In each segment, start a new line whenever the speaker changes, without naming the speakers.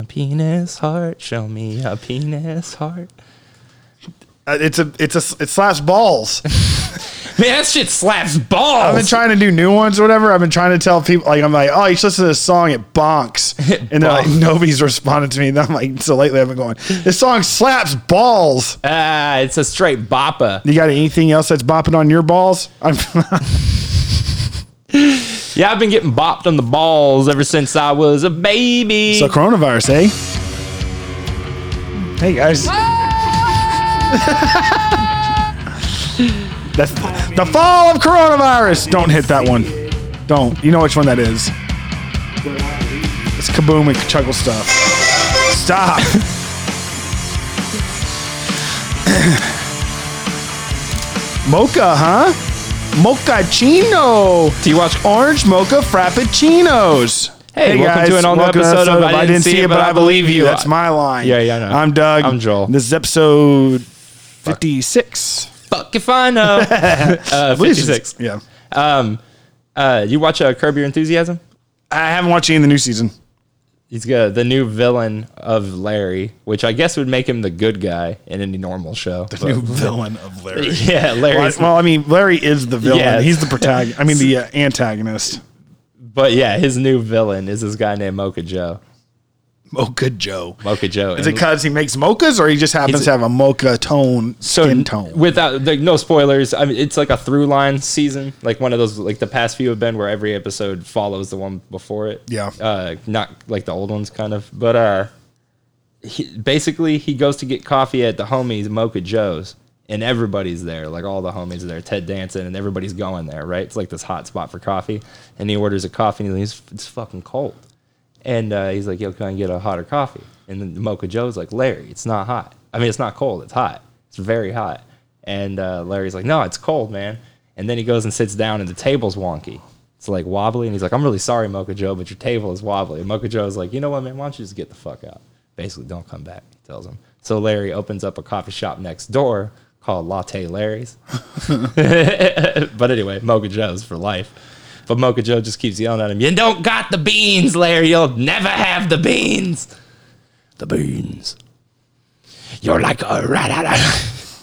A penis heart, show me a penis heart.
Uh, it's a it's a it slaps balls.
Man, that shit slaps balls.
I've been trying to do new ones or whatever. I've been trying to tell people like I'm like, oh, you should listen to this song. It bonks, and they're like,
bonks.
nobody's responded to me. And I'm like, so lately I've been going. This song slaps balls.
Ah, it's a straight bopper.
You got anything else that's bopping on your balls? I'm
Yeah, I've been getting bopped on the balls ever since I was a baby.
so coronavirus, eh? Hey guys, that's the fall of coronavirus. Don't hit that one. Don't. You know which one that is? It's kaboom and chuckle stuff. Stop. mocha, huh? Mochaccino.
Do you watch?
Orange mocha frappuccinos.
Hey, welcome to an all-new
welcome to
episode of I Didn't See It, But I Believe You.
That's my line.
Yeah, yeah, I know.
I'm Doug.
I'm Joel.
This is episode 56.
Fuck if I know. uh,
What is it?
Fifty-six.
Yeah.
Um, uh, you watch uh, Curb Your Enthusiasm?
I haven't watched any of the new season.
He's got the new villain of Larry, which I guess would make him the good guy in any normal show. but-
New villain of Larry.
yeah,
Well,
Larry's.
well, I mean, Larry is the villain.
Yeah.
He's the protagonist. I mean, the uh, antagonist.
But yeah, his new villain is this guy named Mocha Joe.
Mocha Oh, Joe.
Mocha Joe.
Is it because he makes mochas or he just happens
He's-
to have a mocha tone,
so
skin tone?
without like, no spoilers i mean it's like a through line season like one of those like the past few have been where every episode follows the one before it
Yeah.
uh not like the old ones kind of but uh he, basically he goes to get coffee at the homies mocha joe's and everybody's there like all the homies are there ted danson and everybody's going there right it's like this hot spot for coffee and he orders a coffee and he's it's fucking cold and uh, he's like, "Yo, can I get a hotter coffee?" And then Mocha Joe's like, "Larry, it's not hot. I mean, it's not cold. It's hot. It's very hot." And uh, Larry's like, "No, it's cold, man." And then he goes and sits down, and the table's wonky. It's like wobbly, and he's like, "I'm really sorry, Mocha Joe, but your table is wobbly." And Mocha Joe's like, "You know what, man? Why don't you just get the fuck out? Basically, don't come back." He tells him. So Larry opens up a coffee shop next door called Latte Larry's. but anyway, Mocha Joe's for life. But Mocha Joe just keeps yelling at him, You don't got the beans, Larry. You'll never have the beans. The beans. You're like a rat.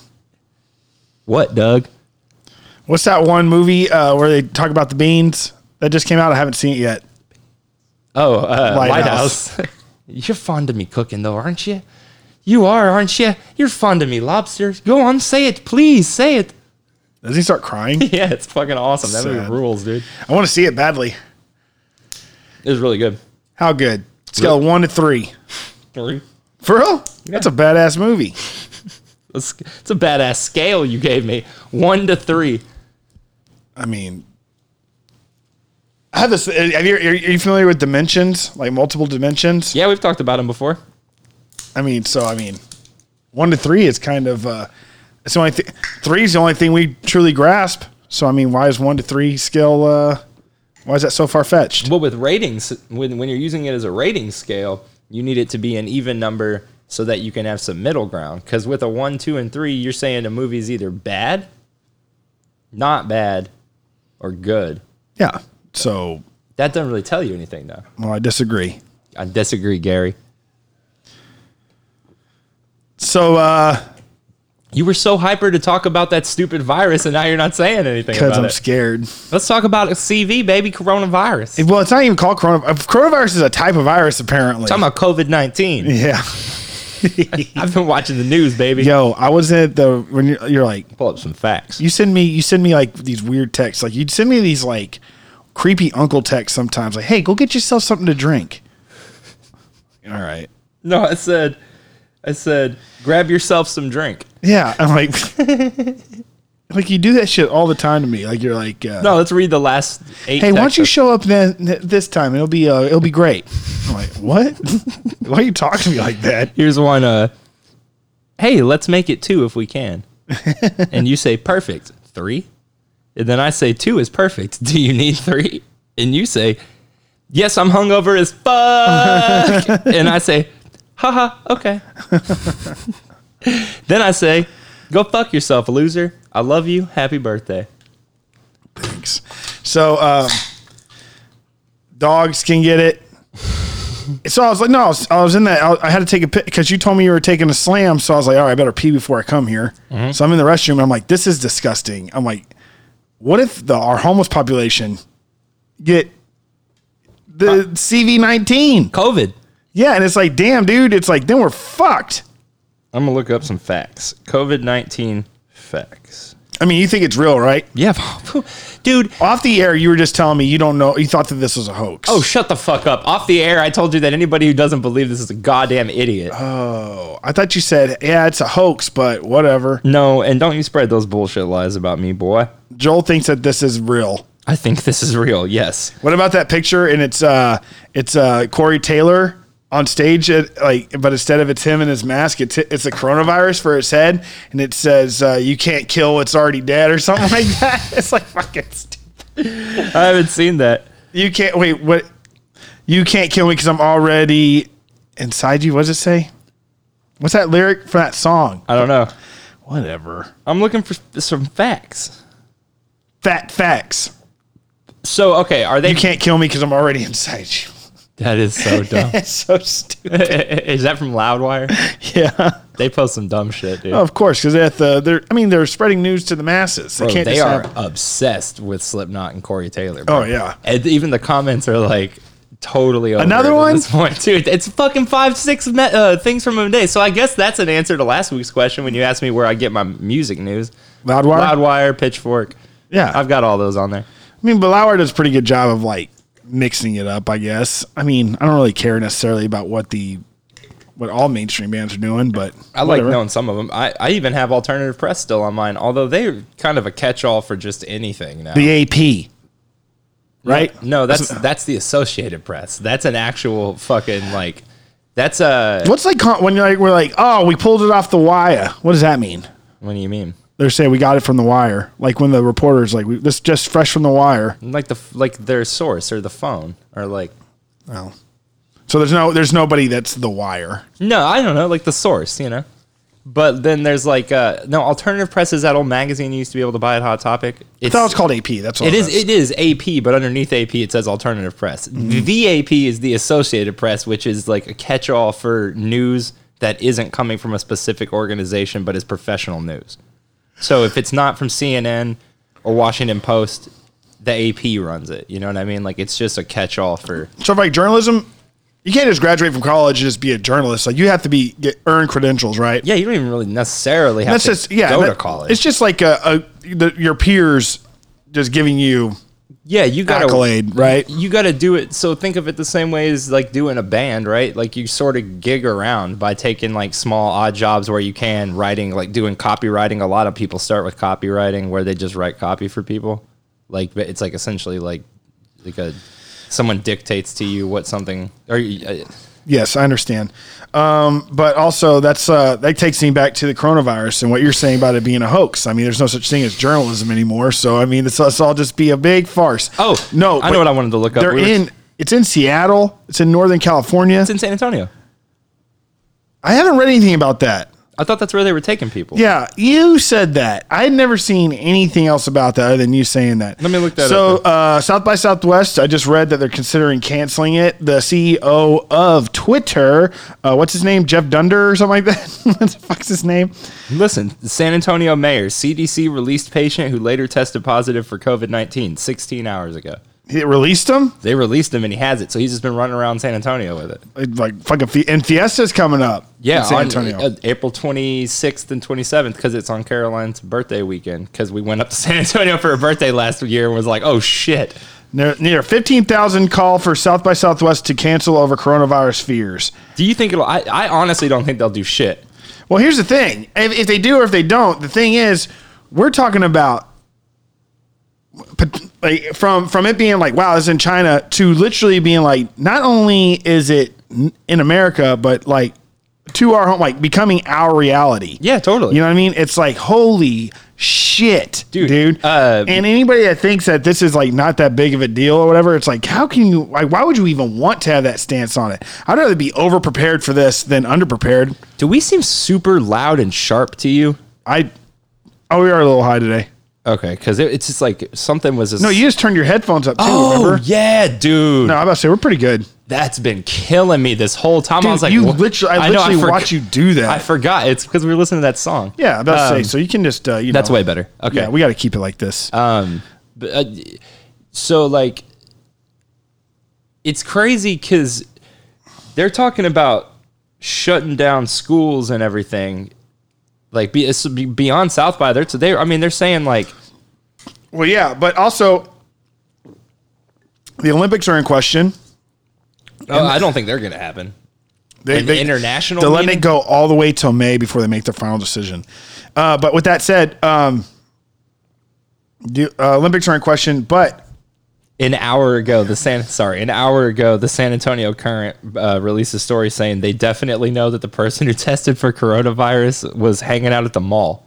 What, Doug?
What's that one movie uh, where they talk about the beans that just came out? I haven't seen it yet.
Oh, uh,
Lighthouse.
Lighthouse. You're fond of me cooking, though, aren't you? You are, aren't you? You're fond of me lobsters. Go on, say it. Please, say it.
Does he start crying?
Yeah, it's fucking awesome. That
Sad.
movie rules, dude.
I want to see it badly.
It was really good.
How good? Scale of one to three.
Three.
For real? That's a badass movie.
It's it's a badass scale you gave me. One to three.
I mean, I have this. uh, Have you, are you familiar with dimensions? Like multiple dimensions?
Yeah, we've talked about him before.
I mean, so I mean, one to three is kind of. Uh, it's the only th- three is the only thing we truly grasp. So I mean, why is one to three scale? Uh, why is that so far fetched?
Well, with ratings, when, when you're using it as a rating scale, you need it to be an even number so that you can have some middle ground. Because with a one, two, and three, you're saying a movie's either bad, not bad, or good.
Yeah. So
That doesn't really tell you anything, though.
well, I disagree.
I disagree, Gary.
So uh,
You were so hyper to talk about that stupid virus, and now you're not saying anything
because
about
I'm
it.
scared.
Let's talk about CV, baby, coronavirus.
Well, it's not even called coronavirus. Coronavirus is a type of virus, apparently.
talking about COVID 19.
yeah.
I've been watching the news, baby.
Yo, I was at the when you're, you're like
Pull up some facts.
you send me you send me like these weird texts like you'd send me these like creepy uncle texts sometimes like hey go get yourself something to drink. All right.
No, I said, I said, grab yourself some drink.
Yeah, I'm like. Like you do that shit all the time to me. Like you're like, uh,
No, let's read the last eight.
hey, why don't you
texts.
show up then th- this time? It'll be uh, it'll be great. I'm like, what? why are you talking to me like that?
Here's one. Uh, hey, let's make it two if we can. and you say perfect three, and then I say two is perfect. Do you need three? And you say, yes, I'm hungover as fuck. and I say, haha, okay. then I say, go fuck yourself, loser. I love you. Happy birthday.
Thanks. So um, dogs can get it. So I was like, no, I was, I was in that. I, I had to take a pit because you told me you were taking a slam. So I was like, all right, I better pee before I come here. So I'm in the restroom. And I'm like, this is disgusting. I'm like, what if the our homeless population get the CV19?
COVID.
Yeah, and it's like, damn, dude, it's like then we're fucked.
I'm gonna look up some facts. COVID nineteen facts.
I mean, you think it's real, right?
Yeah, dude.
Off the air, you were just telling me you don't know. You thought that this was a hoax.
Oh, shut the fuck up. Off the air, I told you that anybody who doesn't believe this is a goddamn idiot.
I thought you said, yeah, it's a hoax, but whatever.
no, and don't you spread those bullshit lies about me, boy.
Joel thinks that this is real.
I think this is real. Yes.
What about that picture? And it's uh, it's uh, Corey Taylor on stage, at, like, but instead of it's him and his mask, it's it's a coronavirus for his head, and it says uh, you can't kill what's already dead or something like that. It's like fucking stupid.
I haven't seen that.
You can't wait. What? You can't kill me because I'm already inside you. What does it say? What's that lyric from that song?
I don't know.
Whatever.
I'm looking for s- some facts.
Fat facts.
So, okay, are they.
You can't kill me because I'm already inside you.
That is so dumb.
It's so stupid.
is that from Loudwire?
Yeah.
They post some dumb shit, dude.
Of course, because at the they're I mean they're spreading news to the masses. They
Bro,
can't
they
just
are
have-
obsessed with Slipknot and Corey Taylor.
Oh
bro.
yeah.
And even the comments are like totally over
Another
it at
one?
this point, dude. It's fucking five, six me- uh, things from a day. So I guess that's an answer to last week's question when you asked me where I get my music news.
Loudwire?
Loudwire, Pitchfork.
Yeah.
I've got all those on there.
I mean, Belauer does a pretty good job of like mixing it up, I guess. I mean, I don't really care necessarily about what the what all mainstream bands are doing, but
I
whatever.
like knowing some of them. I, I even have alternative press still on mine, although they're kind of a catch-all for just anything now.
the AP. Right?
no, that's that's the Associated Press. That's an actual fucking like. That's uh, a.
What's like con- when you're like we're like, oh, we pulled it off the wire. What does that mean?
What do you mean?
They're saying we got it from the wire. Like when the reporter's like, we, this just fresh from the wire.
Like the f- like their source or the phone or like
Oh. So there's no there's nobody that's the wire.
No, I don't know, like the source, you know. But then there's like uh no alternative press is that old magazine you used to be able to buy at Hot Topic.
I
It's
thought it was called AP. That's all
it is
was.
it is AP, but underneath AP it says alternative press.
Mm-hmm.
The AP is the Associated Press, which is like a catch-all for news that isn't coming from a specific organization but is professional news. So if it's not from CNN or Washington Post, the AP runs it. You know what I mean? Like it's just a catch-all for
So like journalism, you can't just graduate from college and just be a journalist. Like you have to be get earn credentials, right?
Yeah, you don't even really necessarily have
That's
to
just yeah.
go to
that-
college.
It's just like a, a the, your peers just giving you
Yeah, you gotta
accolade, right?
You gotta do it. So think of it the same way as like doing a band, right? Like you sort of gig around by taking like small odd jobs where you can, writing, like doing copywriting. A lot of people start with copywriting where they just write copy for people. Like but it's like essentially like like a someone dictates to you what something or you- uh,
Yes, I understand. Um, but also that's uh, that takes me back to the coronavirus and what you're saying about it being a hoax. I mean, there's no such thing as journalism anymore. So I mean, it's, it's all just be a big farce.
oh
no,
I know what I wanted to look up.
They're
We were-
in. It's in Seattle. It's in Northern California.
it's in San Antonio.
I haven't read anything about that.
I thought that's where they were taking people.
Yeah, you said that. I had never seen anything else about that other than you saying that.
Let me look that
so,
up
uh, South by Southwest, I just read that they're considering canceling it. The CEO of Twitter, uh, what's his name? Jeff Dunder or something like that? what the fuck's his name?
Listen, San Antonio mayor, CDC released patient who later tested positive for COVID 19 16 hours ago.
It released him?
They released him and he has it, so he's just been running around San Antonio with it.
Like, like fucking Fe- and Fiesta's coming up.
Yeah,
in San
on,
Antonio.
uh, April 26th and 27th because it's on Caroline's birthday weekend because we went up to San Antonio for her birthday last year and was like, oh shit.
near, near 15,000 call for South by Southwest to cancel over coronavirus fears.
Do you think it'll? I, I honestly don't think they'll do shit.
Well, here's the thing: if, if they do or if they don't, the thing is, we're talking about pot- like from from it being like wow, it's in China to literally being like not only is it n- in America, but like to our home, like becoming our reality.
Yeah, totally.
You know what I mean? It's like holy shit,
Dude,
dude.
uh,
and anybody that thinks that this is like not that big of a deal or whatever, it's like how can you? Like, why would you even want to have that stance on it? I'd rather be over prepared for this than under prepared.
do we seem super loud and sharp to you?
I oh we are a little high today.
Okay, because it, it's just like something was just.
No, you just turned your headphones up too.
Oh
remember?
yeah, dude,
No, I'm about to say we're pretty good.
that's been killing me this whole time. I
Dude,
was like,
you
what?
literally, I
know,
literally
forg-
watch you do that.
I forgot. It's because we were listening to that song.
yeah, I'm about to
Um,
say. So you can just, uh, you
That's
know,
way better. Okay.
Yeah, we got to keep it like this.
Um, but, uh, so like, it's crazy because they're talking about shutting down schools and everything. Like be, it's be- beyond South by, they're they. I mean, they're saying like,
well, yeah, but also the Olympics are in question.
oh, I don't think they're gonna happen.
They,
An international
They're letting
meeting?
it go all the way till May before they make the final decision. Uh, but with that said, um, the uh, Olympics are in question. But
An hour ago, the San sorry, an hour ago, the San Antonio Current uh, released a story saying they definitely know that the person who tested for coronavirus was hanging out at the mall.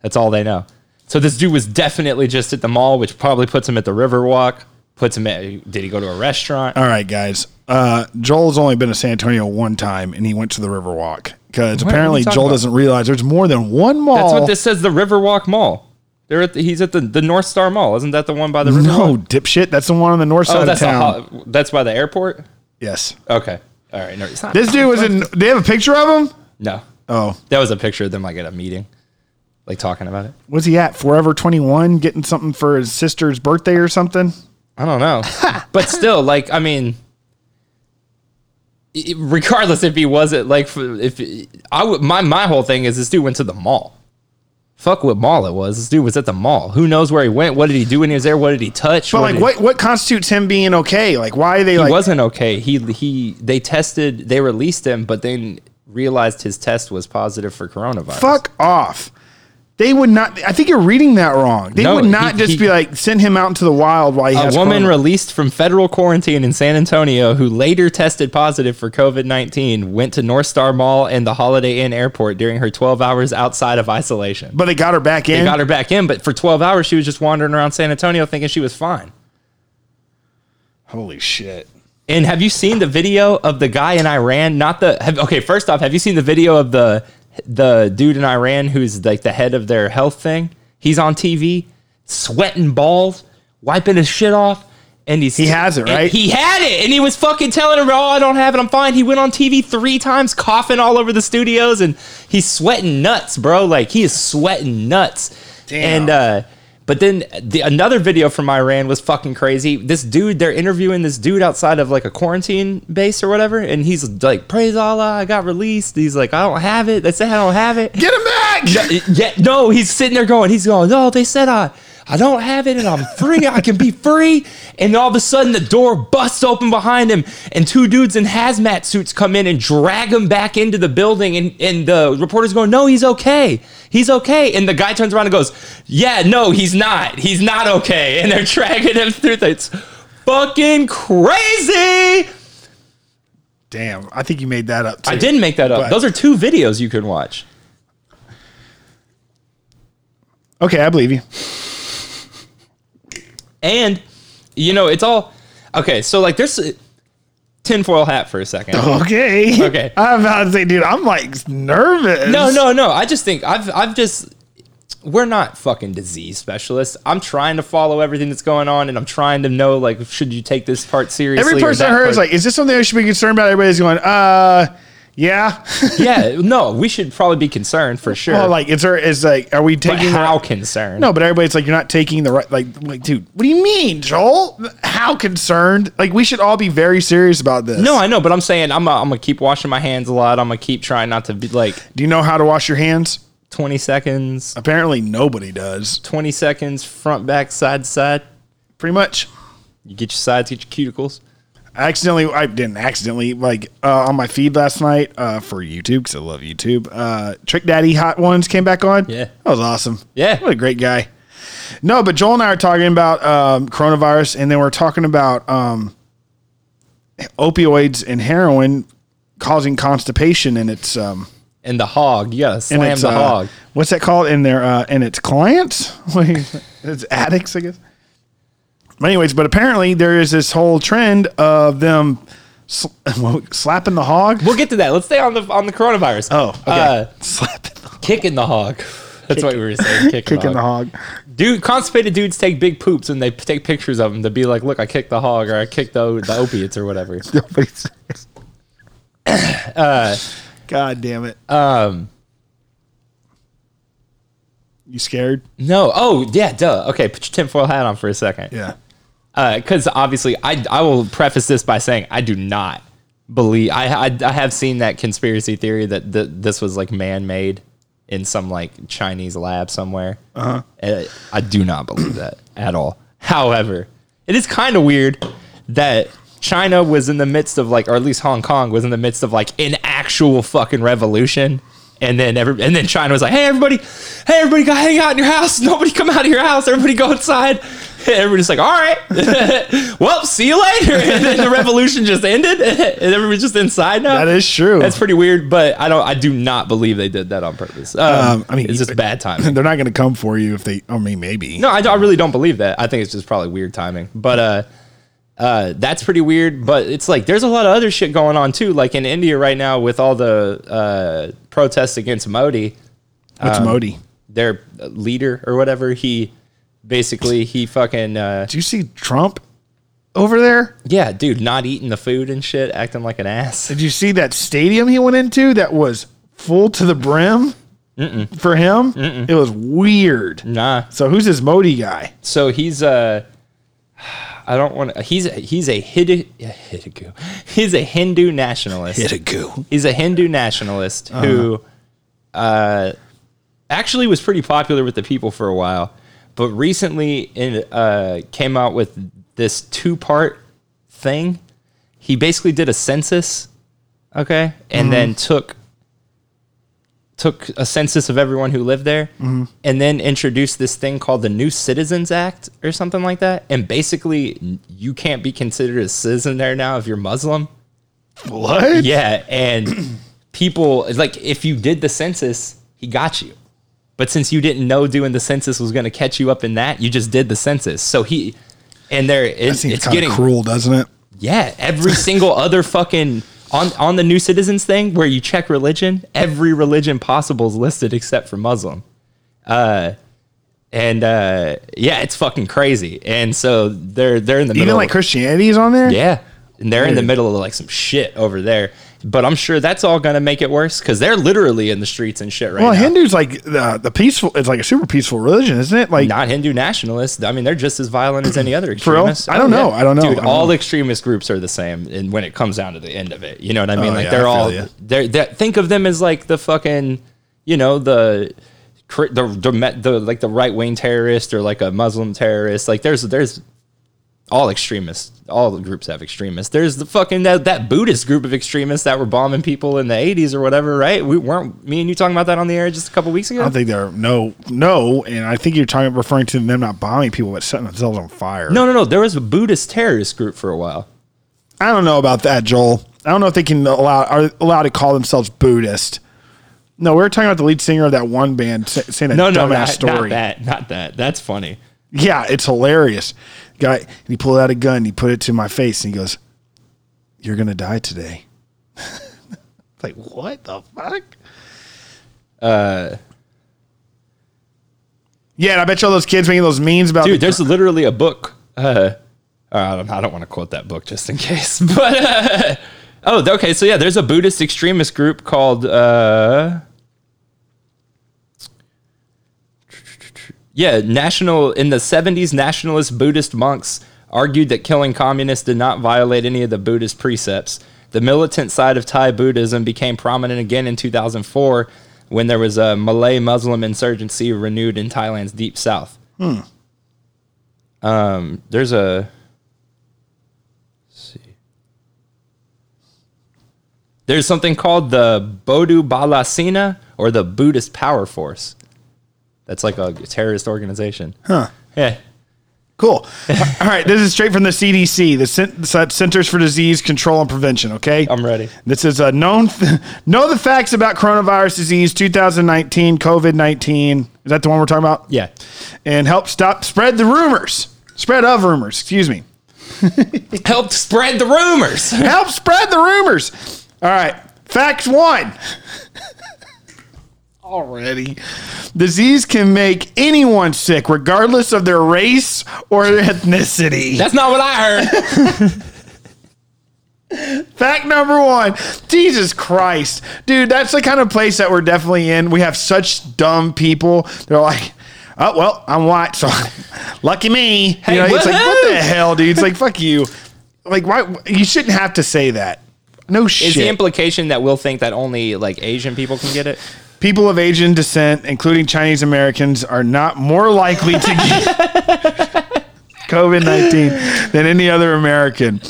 That's all they know. So this dude was definitely just at the mall, which probably puts him at the Riverwalk. Puts him at. Did he go to a restaurant?
all right, guys, uh, Joel's only been to San Antonio one time, and he went to the Riverwalk because
are you
apparently
talking
Joel
about?
doesn't realize there's more than one mall.
That's what this says. The Riverwalk Mall. They're at the, he's at the, the North Star Mall. Isn't that the one by the Riverwalk?
No, dipshit. That's the one on the north side
Oh,
of
that's a
town.
ho- that's by the airport.
yes.
Okay. All right. No, it's not.
This dude was in. They have a picture of him.
no.
Oh,
That was a picture of them like at a meeting, like talking about it.
was he at Forever Twenty One getting something for his sister's birthday or something?
I don't know. but still, like, I mean, i- regardless if he wasn't, like, f- if I would, my, my whole thing is this dude went to the mall. Fuck what mall it was. This dude was at the mall. Who knows where he went? What did he do when he was there? What did he touch?
But like,
did-
what what constitutes him being okay? Like, why are they
He
like?
wasn't okay. He, he, they tested, they released him, but then realized his test was positive for coronavirus.
Fuck off. They would not. I think you're reading that wrong. They
No,
would not
he-
just
he-
be like send him out into the wild while he
A
has
woman
corona.
released from federal quarantine in San Antonio who later tested positive for COVID 19 went to North Star Mall and the Holiday Inn airport during her 12 hours outside of isolation.
but they got her back in.
They got her back in, but for 12 hours, she was just wandering around San Antonio thinking she was fine.
Holy shit!
And have you seen the video of the guy in Iran? Not the have, okay. First off, have you seen the video of the the dude in Iran who's like the head of their health thing? He's on TV, sweating balls, wiping his shit off, and he's he
has it, right?
He had it, and he was fucking telling him, "Oh, I don't have it. I'm fine." He went on TV three times, coughing all over the studios, and he's sweating nuts, bro. Like he is sweating nuts.
Damn.
And uh, but then the, another video from Iran was fucking crazy. This dude, they're interviewing this dude outside of like a quarantine base or whatever, and he's like, "Praise Allah, I got released." He's like, "I don't have it. They said I don't have it."
Get him back.
yeah, no, he's sitting there going, he's going, no, they said I, I don't have it and I'm free, I can be free. And all of a sudden the door busts open behind him and two dudes in hazmat suits come in and drag him back into the building. And, and the reporter's going, no, he's okay. He's okay. And the guy turns around and goes, yeah, no, he's not. He's not okay. And they're dragging him through. the- It's fucking crazy.
Damn, I think you made that up. Too.
I didn't make that up.
But-
Those are two videos you can watch.
Okay, I believe you.
And you know, it's all okay. So like, there's a tinfoil hat for a second.
Okay.
Okay.
I'm about to say, dude, I'm like nervous.
No, no, no. I just think I've I've just we're not fucking disease specialists. I'm trying to follow everything that's going on, and I'm trying to know like, should you take this part seriously?
Every
or
person I
that
heard is
part-
like, is this something I should be concerned about? Everybody's going, uh, yeah.
yeah, no, we should probably be concerned for sure.
well, like, is there is like, are we
but
taking the-
how concerned?
No, but everybody's like, you're not taking the right. Like, like, dude, what do you mean, Joel? How concerned? Like, we should all be very serious about this.
No, I know, but I'm saying I'm i I'm gonna keep washing my hands a lot. I'm gonna keep trying not to be like
Do you know how to wash your hands?
20 seconds,
Apparently, nobody does.
20 seconds, front, back, side, side.
Pretty much.
You get your sides, get your cuticles.
I accidentally, I didn't accidentally, like uh, on my feed last night uh, for YouTube because I love YouTube. Uh, Trick Daddy Hot Ones came back on.
Yeah.
that was awesome.
Yeah.
what a great guy. No, but Joel and I are talking about um, coronavirus, and then we're talking about um, opioids and heroin causing constipation, and it's um,
And the hog, you gotta
and
slam
it's,
the
uh,
hog.
What's that called in their uh, and its clients? it's addicts, I guess. But anyways, but apparently there is this whole trend of them sl- slapping the hog.
We'll get to that. Let's stay on the on the coronavirus.
Oh, okay.
Uh,
slapping. The-
kicking the hog. That's what we were saying. Kick
Kicking the hog.
Dude, constipated dudes take big poops and they p- take pictures of them to be like, look, I kicked the hog or I kicked the, the opiates or whatever.
Nobody says. Uh, God damn it.
Um,
you scared?
no. Oh, yeah, duh. Okay, put your tinfoil hat on for a second.
Yeah.
because Uh, obviously I, I will preface this by saying I do not believe I, I I have seen that conspiracy theory that th- this was like man made in some like Chinese lab somewhere. Uh-huh. I do not believe that at all. However, it is kind of weird that China was in the midst of like, or at least Hong Kong was in the midst of like an actual fucking revolution. And then every, and then China was like, "Hey everybody, hey everybody, go hang out in your house. Nobody come out of your house. Everybody go outside." And everybody's like, "All right, well, see you later." And then the revolution just ended, and everybody's just inside now.
That is true.
That's pretty weird, but I don't. I do not believe they did that on purpose. Um,
Um, I mean,
it's just bad timing.
They're not going to come for you if they, I mean, maybe.
No, I, I really don't believe that. I think it's just probably weird timing. But uh, uh, that's pretty weird. But it's like there's a lot of other shit going on too. Like in India right now with all the uh, protests against Modi, Um,
What's Modi?
their leader or whatever, he basically he fucking uh,
Do you see Trump over there?
yeah, dude, not eating the food and shit, acting like an ass.
Did you see that stadium he went into that was full to the brim for him? It was weird.
Nah.
So who's this Modi guy?
So he's uh I don't want to. He's he's a Hindu. He's a Hindu nationalist.
a goo.
He's a Hindu nationalist who uh, actually was pretty popular with the people for a while, but recently in, uh, came out with this two part thing. He basically did a census, okay, and then took took a census of everyone who lived there and then introduced this thing called the New Citizens Act or something like that. And basically, you can't be considered a citizen there now if you're Muslim.
What?
Yeah, and people like if you did the census, he got you. But since you didn't know doing the census was going to catch you up in that, you just did the census. So he and there
That
it's,
seems
it's
kind
getting
of cruel, doesn't it?
yeah, every single other fucking on on the new citizens thing where you check religion, every religion possible is listed except for Muslim. Uh and uh yeah, it's fucking crazy. And so they're they're in the
Even
middle
like
of-
Christianity is on there?
yeah. And they're in the
Weird.
middle of like some shit over there. But I'm sure that's all going to make it worse because they're literally in the streets and shit right
Well,
now.
Hindu's like the, the peaceful, it's like a super peaceful religion, isn't it? Like,
Not Hindu nationalists. I mean, they're just as violent as any other
real?
extremist.
I don't know. I don't know.
Dude,
I don't
all
know.
extremist groups are the same. And when it comes down to the end of it, you know what I mean?
Oh,
like
yeah, I
they're
feel
all,
ya.
they're, they think of them as like the fucking, you know, the, cr- the, the, me- the like the right wing terrorist or like a Muslim terrorist. Like there's, there's all extremists, all the groups have extremists. There's the fucking that, that Buddhist group of extremists that were bombing people in the 80s or whatever, right? We weren't me and you talking about that on the air just a couple weeks
I
ago.
don't think they're, no, no. And I think you're talking, referring to them not bombing people, but setting themselves on fire.
No, no, no. There was a Buddhist terrorist group for a while.
I don't know about that, Joel. I don't know if they can allow are allowed to call themselves Buddhist. No, we were talking about the lead singer of that one band sa- saying that
No, no,
dumbass
not, not
story.
that. Not that. That's funny.
Yeah, it's hilarious. Guy, and he pulled out a gun. And he put it to my face, and he goes, "You're gonna die today." It's like what the fuck? Uh, yeah, and I bet you all those kids making those memes about
Dude, there's literally a book. Uh, I don't, I don't want to quote that book just in case. But, uh, oh, okay. So, yeah, there's a Buddhist extremist group called, uh, yeah, National, in the 70s, nationalist Buddhist monks argued that killing communists did not violate any of the Buddhist precepts. The militant side of Thai Buddhism became prominent again in 2004 when there was a Malay Muslim insurgency renewed in Thailand's deep south there's a let's see there's something called the Bodu Balasina or the Buddhist Power Force. That's like a terrorist organization. Huh. Yeah.
Cool. All right, this is straight from the CDC, the Cen- Cen- Centers for Disease Control and Prevention. Okay,
I'm ready.
This is a known th- know the facts about coronavirus disease 2019, COVID 19. Is that the one we're talking about?
Yeah.
And help stop spread the rumors, spread of rumors. Excuse me.
Helped spread the rumors.
Help spread the rumors. All right, fact one. Already. Disease can make anyone sick, regardless of their race or ethnicity.
That's not what I heard.
Fact number one Jesus Christ. Dude, that's the kind of place that we're definitely in. We have such dumb people. They're like, oh, well, I'm white, so lucky me.
Hey,
you know, it's like, what
woohoo!
the hell, dude? It's like, fuck you. Like, why? You shouldn't have to say that. No shit.
Is the implication that we'll think that only like Asian people can get it?
people of Asian descent, including Chinese Americans, are not more likely to get COVID 19 than any other American.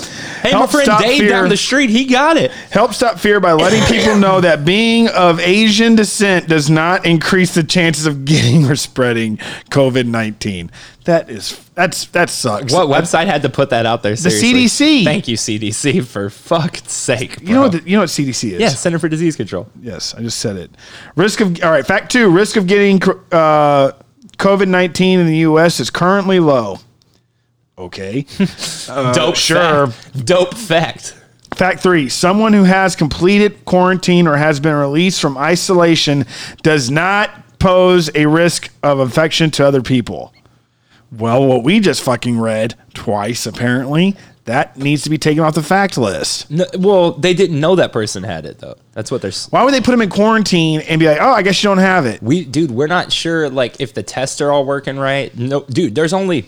Hey, my friend Dave
fear,
down the street, he got it.
help stop fear by letting people know that being of Asian descent does not increase the chances of getting or spreading COVID 19. That is, that's, that sucks.
What website had to put that out there? Seriously?
CDC.
Thank you, CDC, for fuck's sake.
You know, what the, you know what CDC is?
yeah, Center for Disease Control.
Yes, I just said it. Risk of all right. Fact two: risk of getting uh, COVID nineteen in the U.S. is currently low. Okay.
dope.
sure.
Fact. Dope fact.
fact three: someone who has completed quarantine or has been released from isolation does not pose a risk of infection to other people. Well, what we just fucking read twice apparently that needs to be taken off the fact list.
No, well, they didn't know that person had it though. That's what they're. s-
Why would they put him in quarantine and be like, "Oh, I guess you don't have it"?
We, dude, we're not sure like if the tests are all working right. No, dude, there's only.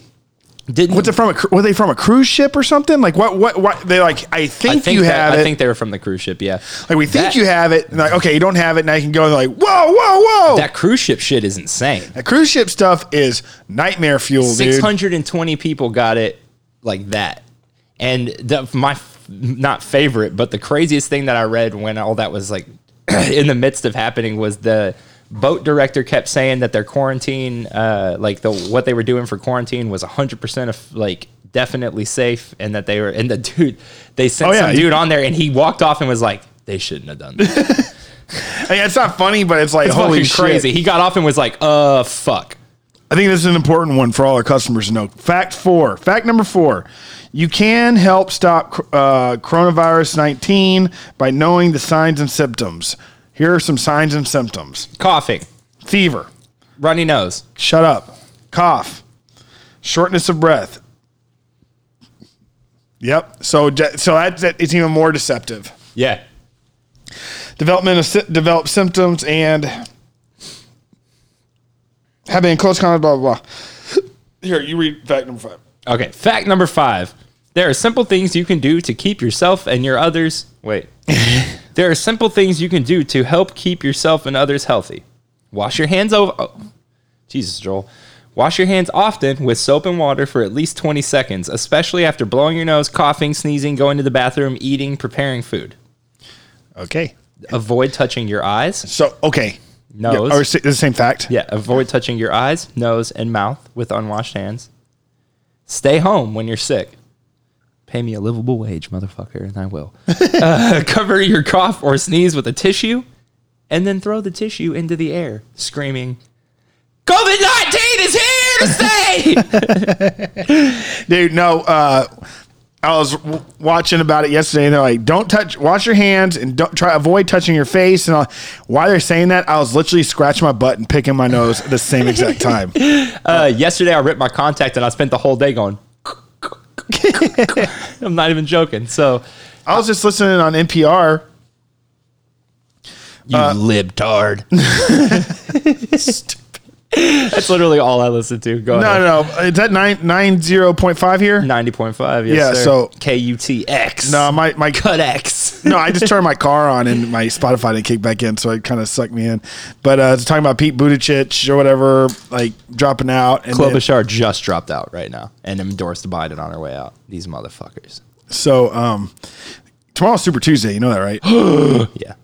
Didn't
What's it from? A, cru- were they from a cruise ship or something? Like what? What? What? They like? I think,
I think
you
that-
have it.
I think they were from the cruise ship. Yeah,
like we think
that-
you have it. And like okay, you don't have it. Now you can go. And they're like whoa, whoa, whoa. That,
that cruise ship shit is insane.
cruise ship stuff is nightmare fuel, dude.
620 people got it like that. And the, my f- not favorite, but the craziest thing that I read when all that was like in the midst of happening was the boat director kept saying that their quarantine, uh, like the what they were doing for quarantine was 100% of like definitely safe and that they were and the dude they sent
Oh, yeah,
some
you-
dude on there and he walked off and was like they shouldn't have done that.
I mean, it's not funny, but it's like holy
Fucking
shit.
crazy. He got off and was like, "Uh, fuck."
I think this is an important one for all our customers to know. Fact four. Fact number four. You can help stop uh, coronavirus 19 by knowing the signs and symptoms. Here are some signs and symptoms
Coughing,
fever,
runny nose,
Shut up. Cough. Shortness of breath. Yep. So de- so that, that is even more deceptive.
yeah,
Development of sy- developed symptoms and have been in close contact. Blah blah blah. Here, you read fact number five.
Okay, fact number five. There are simple things you can do to keep yourself and your others. Wait. there are simple things you can do to help keep yourself and others healthy. Wash your hands over. Oh, Jesus, Joel. Wash your hands often with soap and water for at least 20 seconds, especially after blowing your nose, coughing, sneezing, going to the bathroom, eating, preparing food.
Okay.
Avoid touching your eyes,
So okay.
nose.
Yeah, or si- the same fact.
Yeah, avoid touching your eyes, nose, and mouth with unwashed hands. Stay home when you're sick. Pay me a livable wage, motherfucker, and I will. Uh, cover your cough or sneeze with a tissue, and then throw the tissue into the air, screaming, COVID 19 is here to stay!
Dude, no. Uh, I was w- watching about it yesterday, and they're like, "Don't touch, wash your hands, and don't try avoid touching your face." And all. why they're saying that, I was literally scratching my butt and picking my nose at the same exact time.
uh, yesterday, I ripped my contact and I spent the whole day going, I'm not even joking. So,
I was just listening on NPR.
you
Uh,
libtard. That's literally all I listen to. Go ahead.
No, no, no. Is that nine nine zero point five here? No,
Ninety point five. Yes,
Yeah,
Sir.
so-
KUTX.
my my
cut X.
no. I just turned my car on and my Spotify didn't kick back in, so it kind of sucked me in. But uh, it's talking about Pete Buttigieg or whatever, like dropping out. And then-
Klobuchar just dropped out right now and endorsed Biden on her way out. These motherfuckers.
so um, tomorrow's Super Tuesday. You know that, right?
Yeah.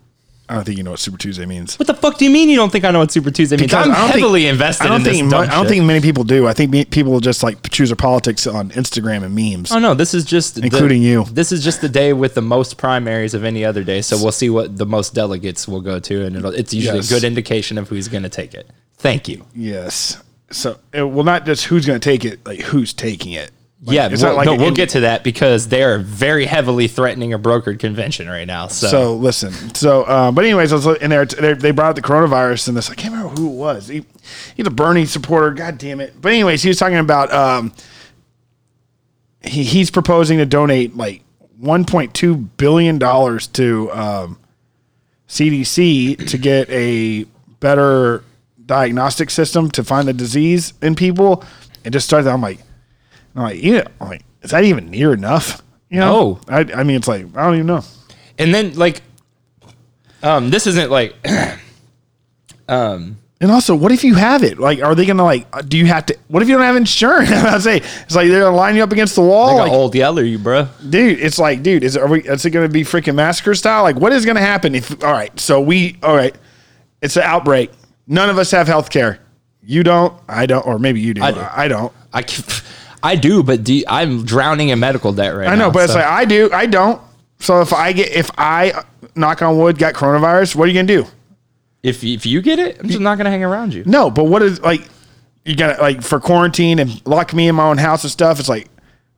I don't think you know what Super Tuesday means.
What the fuck do you mean you don't think I know what Super Tuesday means? I'm
I don't think-
heavily invested
I don't
in
think
this
mu-
dumb
I don't
shit.
think many people do. I think me- people just like choose their politics on Instagram and memes.
Oh no! This is just the-
Including you.
This is just the day with the most primaries of any other day. So we'll see what the most delegates will go to, and it'll, it's usually
Yes.
a good indication of who's going to take it. Thank you.
Yes. So, it, well, not just who's going to take it, like who's taking it.
yeah,
it's
we'll,
not like
no,
an
we'll
Indi-
get to that because they are very heavily threatening a brokered convention right now. So,
So listen. So, uh, but anyways, I was in there. They they brought up the coronavirus and this. I can't remember who it was. He, he's a Bernie supporter. God damn it. But anyways, he was talking about. Um, he, he's proposing to donate like 1.2 billion dollars to um, CDC to get a better diagnostic system to find the disease in people, and just start that. I'm like, I'm like, you know, I'm like, is that even near enough? You know, I, I mean, it's like I don't even know.
and then like, um, this isn't like
And also, what if you have it? Like, are they gonna like? uh, Do you have to? What if you don't have insurance? I say it's like they're gonna line you up against the wall.
like
Like,
an old yeller, you bro.
dude, it's like, dude, is are we? Is it gonna be freaking massacre style? Like, what is gonna happen if? All right, so we, all right, it's an outbreak. None of us have health care. You don't. I don't. Or maybe you do. I,
do.
don't.
I, c- I do, but do, I'm drowning in medical debt right now.
I know, but it's
so-
like I do. I don't. So if I get, if I uh, knock on wood, got coronavirus, what are you gonna do?
if if you get it, I'm just not gonna hang around you.
No, but what is like you gotta like for quarantine and lock me in my own house and stuff? It's like,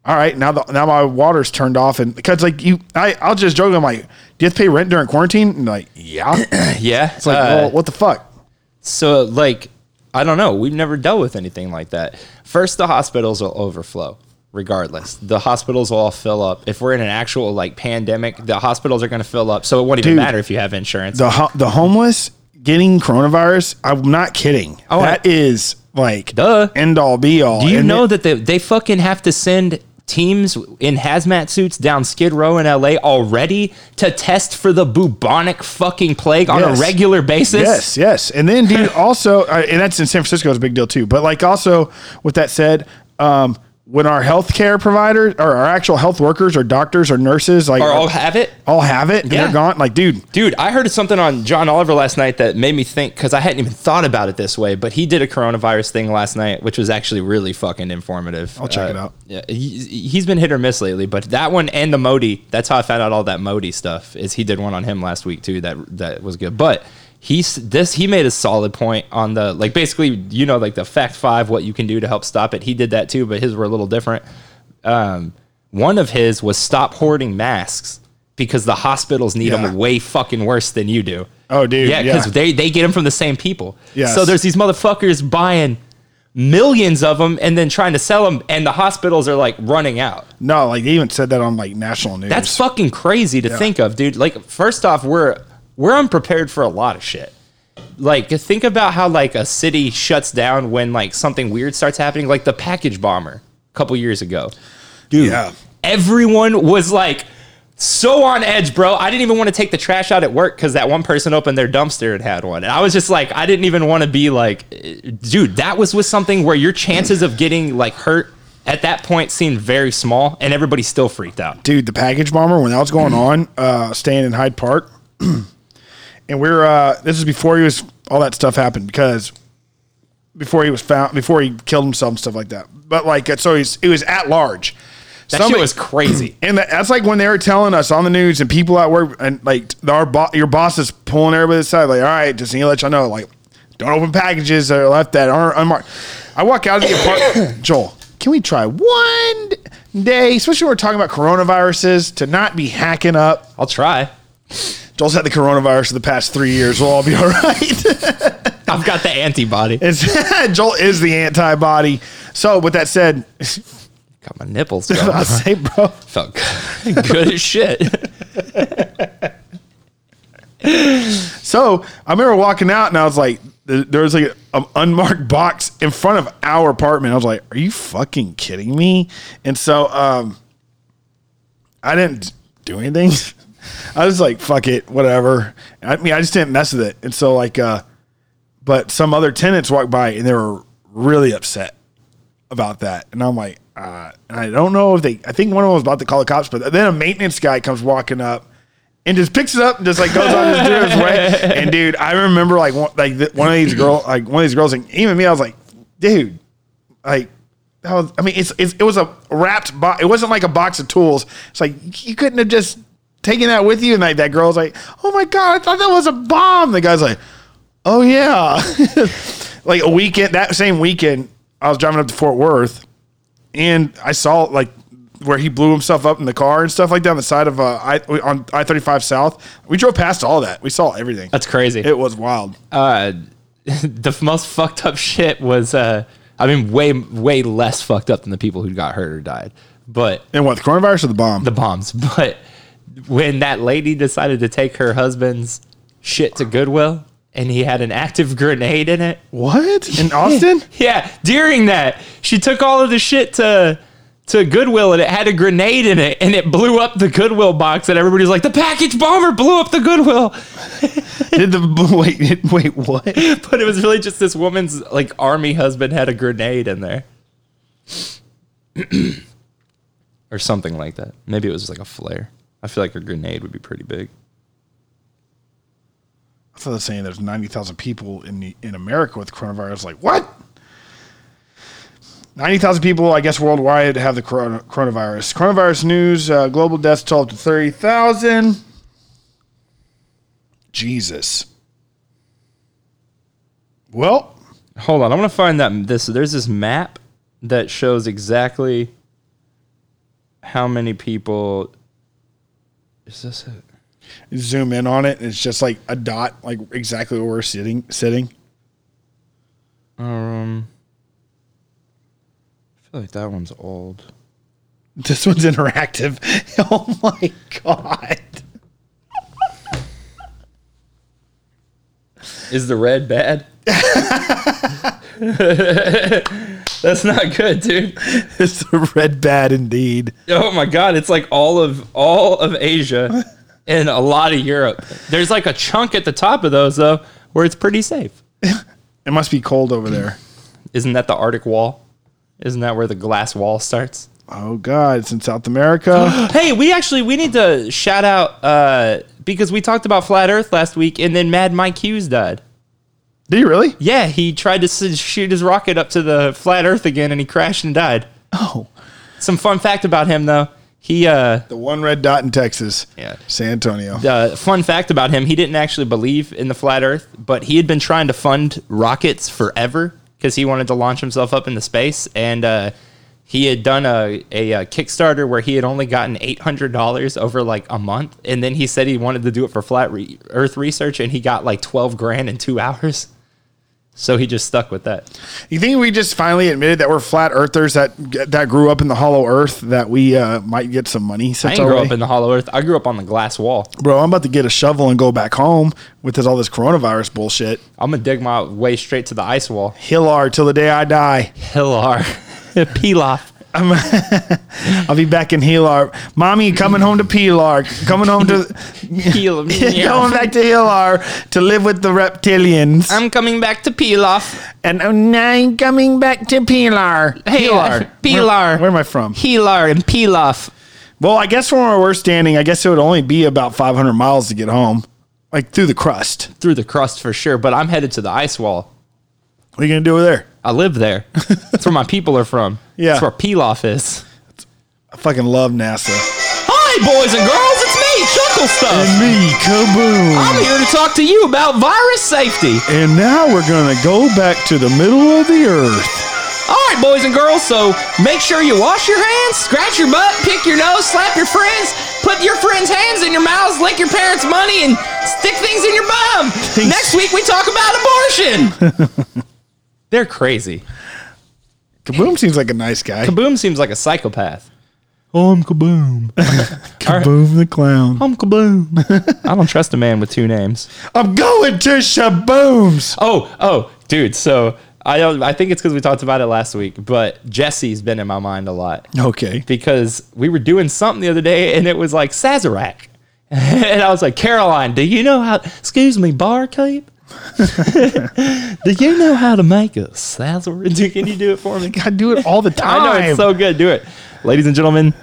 all right, now the now my water's turned off and because like you, I I'll just joke. I'm like, do you have to pay rent during quarantine? And like, yeah. It's
Yeah, it's
like,
like
well, what the fuck?
Uh, so like I don't know. We've never dealt with anything like that. First, the hospitals will overflow. Regardless, the hospitals will all fill up. If we're in an actual like pandemic, the hospitals are going to fill up. So it won't even
Dude.
matter if you have insurance.
The ho- the homeless getting coronavirus. I'm not kidding.
Oh, I-
that is like
Duh.
end all be all.
Do you know that they, they fucking have to send teams in hazmat suits down Skid Row in LA already to test for the bubonic fucking plague on
Yes.
a regular basis?
Yes, yes. And then, dude, also, uh, and that's in San Francisco is a big deal too. But like, also, with that said, um, when our healthcare providers or our actual health workers or doctors or nurses, like,
Or I'll
all,
have it?
have it, and
Yeah.
they're gone. Like, dude,
Dude, I heard something on John Oliver last night that made me think because I hadn't even thought about it this way, but he did a coronavirus thing last night, which was actually really fucking informative. Uh, I'll
check it out.
Yeah, he, he's been hit or miss lately, but that one and the Modi, that's how I found out all that Modi stuff. Is he did one on him last week too? That that was good, but. He's this. He made a solid point on the like. Basically, you know, like the fact five, what you can do to help stop it. He did that too, but his were a little different um, one of his was stop hoarding masks because the hospitals need
Yeah.
them way fucking worse than you do.
Oh, dude,
Yeah,
yeah.
because they, they get them from the same people.
Yes.
So there's these motherfuckers buying millions of them and then trying to sell them, and the hospitals are like running out.
no, like they even said that on like national news.
That's fucking crazy to think of, dude. Like, first off, we're we're unprepared for a lot of shit. Like, think about how like a city shuts down when like something weird starts happening, like the package bomber a couple years ago. Dude,
Yeah.
everyone was like so on edge, bro. I didn't even want to take the trash out at work because that one person opened their dumpster and had one. And I was just like, I didn't even want to be like, eh, dude, that was with something where your chances of getting like hurt at that point seemed very small and everybody still freaked out.
dude, the package bomber when that was going
Mm-hmm.
on, uh, staying in Hyde Park, and we're uh, this is before he was all that stuff happened because before he was found, before he killed himself and stuff like that. But like, so he's it was at large.
That
Somebody-
shit was crazy.
And that, that's like when they were telling us on the news and people at work and like our bo- your boss is pulling everybody aside, like, all right, just need to let y'all know, like, don't open packages that are left that aren't unmarked. I walk out of the apartment, Joel. Can we try one day, especially when we're talking about coronaviruses, to not be hacking up?
I'll try.
Joel's had the coronavirus for the past three years. We'll all be all right.
I've got the antibody.
It's, Joel is the antibody. So, with that said,
Got my nipples.
I'll
going.
say, bro,
Felt good Good as shit.
So I remember walking out and I was like, th- there was like an unmarked box in front of our apartment. I was like, are you fucking kidding me? And so um, I didn't do anything. I was like, fuck it, whatever. I mean, I just didn't mess with it. And so like, uh, but some other tenants walked by and they were really upset about that. And I'm like, uh, and I don't know if they, I think one of them was about to call the cops, but then a maintenance guy comes walking up and just picks it up and just like goes on his, dude, his way. And dude, I remember like one, like th- one of these girl, like one of these girls, and even me, I was like, dude, like. that was- I mean, it's, it's it was a wrapped box. It wasn't like a box of tools. It's like you couldn't have just taken that with you. And like that girl's like, "Oh my god, I thought that was a bomb." The guy's like, "Oh yeah." like a weekend, that same weekend, I was driving up to Fort Worth, and I saw like where he blew himself up in the car and stuff like that on the side of uh, I on I thirty five South. We drove past all that. We saw everything.
That's crazy.
It was wild.
uh, the f- most fucked up shit was, uh, I mean, way, way less fucked up than the people who got hurt or died. But
and what the coronavirus or the bomb?
the bombs. But when that lady decided to take her husband's shit to Goodwill and he had an active grenade in it.
what in Austin?
Yeah, during that, she took all of the shit to to Goodwill and it had a grenade in it and it blew up the Goodwill box and everybody's like, "The package bomber blew up the Goodwill."
Did the wait wait what?
But it was really just this woman's like army husband had a grenade in there. or something like that. Maybe it was like a flare. I feel like a grenade would be pretty big.
I thought they were saying there's 90,000 people in the, in America with coronavirus. Like, what? 90,000 people, I guess, worldwide have the corona, coronavirus. Coronavirus news uh, global deaths 12 to 30,000. Jesus. Well,
Hold on, I'm gonna find that this. There's this map that shows exactly how many people. Is this it?
zoom in on it. and It's just like a dot, like exactly where we're sitting. sitting.
Um, I feel like that one's old.
This one's interactive. oh my God.
Is the red bad? That's not good, dude.
It's the red bat indeed.
Oh my god, it's like all of all of Asia and a lot of Europe. There's like a chunk at the top of those though where it's pretty safe.
It must be cold over there.
Isn't that the Arctic Wall? Isn't that where the glass wall starts?
Oh God, it's in South America.
Hey, we actually we need to shout out uh, because we talked about flat Earth last week, and then Mad Mike Hughes died.
Do you really?
Yeah, he tried to s- shoot his rocket up to the flat Earth again, and he crashed and died.
Oh.
Some fun fact about him, though. He uh,
The one red dot in Texas.
Yeah.
San Antonio.
uh, fun fact about him, he didn't actually believe in the flat Earth, but he had been trying to fund rockets forever because he wanted to launch himself up into space, and uh, he had done a, a, uh Kickstarter where he had only gotten eight hundred dollars over like a month, and then he said he wanted to do it for flat re- Earth research, and he got like twelve grand in two hours. So he just stuck with that.
You think we just finally admitted that we're flat earthers that that grew up in the hollow earth that we uh, might get some money
I
sent
didn't
our
grow
way?
up in the hollow earth. I grew up on the glass wall.
Bro, I'm about to get a shovel and go back home with this, all this coronavirus bullshit.
I'm gonna dig my way straight to the ice wall.
Hillar till the day I die.
Hilar, Pilaf.
I'll be back in Hillar. Mommy coming home to Pilar. Coming home to going back to Hillar to live with the reptilians.
I'm coming back to Pilaf.
and oh nine coming back to Pilar.
Hey, uh, Pilar.
Where, where am I from?
Hilar and Pilaf.
Well, I guess from where we're standing, I guess it would only be about 500 miles to get home, like through the crust.
Through the crust for sure, but I'm headed to the ice wall.
What are you gonna do over there?
I live there. That's where my people are from.
Yeah.
That's where Pilaf is.
I fucking love NASA.
Hi, boys and girls. It's me, Chuckle Stuff.
Me kaboom!
I'm here to talk to you about virus safety.
And now we're gonna go back to the middle of the earth.
All right, boys and girls, so make sure you wash your hands, scratch your butt, pick your nose, slap your friends, put your friends' hands in your mouths, lick your parents' money, and stick things in your bum. Next week, we talk about abortion. They're crazy.
Kaboom seems like a nice guy.
Kaboom seems like a psychopath.
Oh, I'm kaboom. kaboom the clown.
I'm Kaboom. I don't trust a man with two names.
I'm going to Shabooms.
Oh, oh, dude, so I, don't, I think it's because we talked about it last week, but Jesse's been in my mind a lot.
Okay.
because we were doing something the other day and it was like Sazerac. and I was like, Caroline, do you know how, excuse me, barkeep? do you know how to make a Sazerac? Can you do it for me?
I do it all the time.
I know it's so good. Do it. Ladies and gentlemen,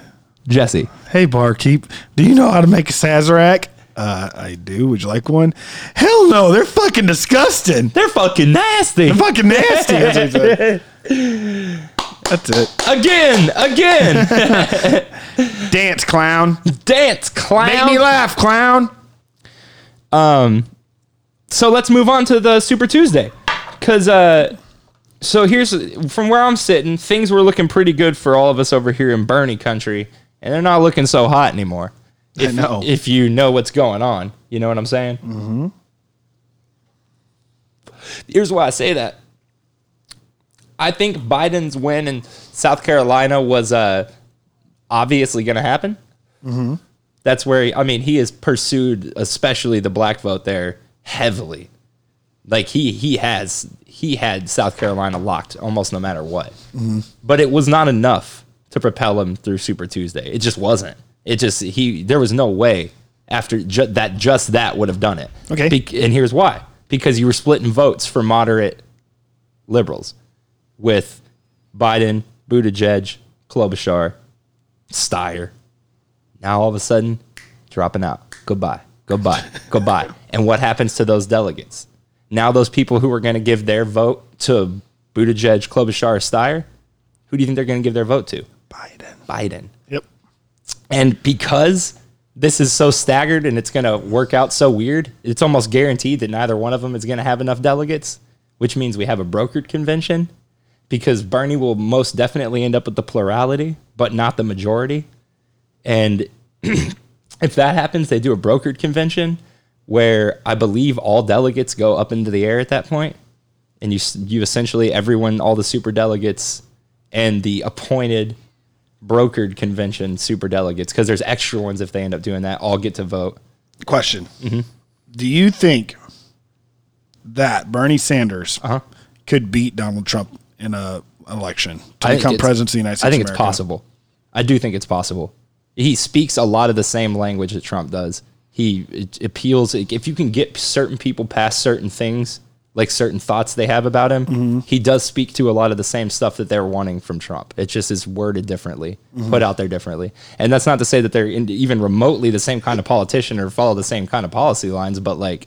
Jesse.
Hey, barkeep, do you know how to make a Sazerac? Uh, I do. Would you like one? Hell no, they're fucking disgusting.
They're fucking nasty.
They're fucking nasty. That's, what he said. That's it.
Again, again.
Dance, clown.
Dance
Make
clown.
me laugh, clown.
so let's move on to the Super Tuesday. Cause uh so here's from where I'm sitting, things were looking pretty good for all of us over here in Bernie country, and they're not looking so hot anymore. If,
know.
If you know what's going on, you know what I'm saying? Mm-hmm. Here's why I say that. I think Biden's win in South Carolina was uh, obviously going to happen. Mm-hmm. That's where, he, I mean, he has pursued, especially the black vote there, heavily like he he has he had South Carolina locked almost no matter what. But it was not enough to propel him through Super Tuesday. It just wasn't. It just he there was no way after ju- that just that would have done it.
Okay.
Bec- and here's why: because you were splitting votes for moderate liberals with Biden, Buttigieg, Klobuchar, Steyer. Now all of a sudden, dropping out. Goodbye. Goodbye. goodbye. And what happens to those delegates? Now those people who are going to give their vote to Buttigieg, Klobuchar, or Steyer, who do you think they're going to give their vote to?
Biden.
Biden.
Yep.
And because this is so staggered and it's going to work out so weird, it's almost guaranteed that neither one of them is going to have enough delegates, which means we have a brokered convention because Bernie will most definitely end up with the plurality, but not the majority. And if that happens, they do a brokered convention where I believe all delegates go up into the air at that point, and you s- you essentially everyone, all the super delegates and the appointed brokered convention super delegates, because there's extra ones if they end up doing that, all get to vote.
Question. Do you think that Bernie Sanders could beat Donald Trump in a election to
I think
become
it's-
president of the United States?
I think
of
it's
America?
possible. I do think it's possible. He speaks a lot of the same language that Trump does. He it appeals if you can get certain people past certain things, like certain thoughts they have about him.
Mm-hmm.
He does speak to a lot of the same stuff that they're wanting from Trump. It just is worded differently,
Mm-hmm.
put out there differently. And that's not to say that they're in, even remotely the same kind of politician or follow the same kind of policy lines, but like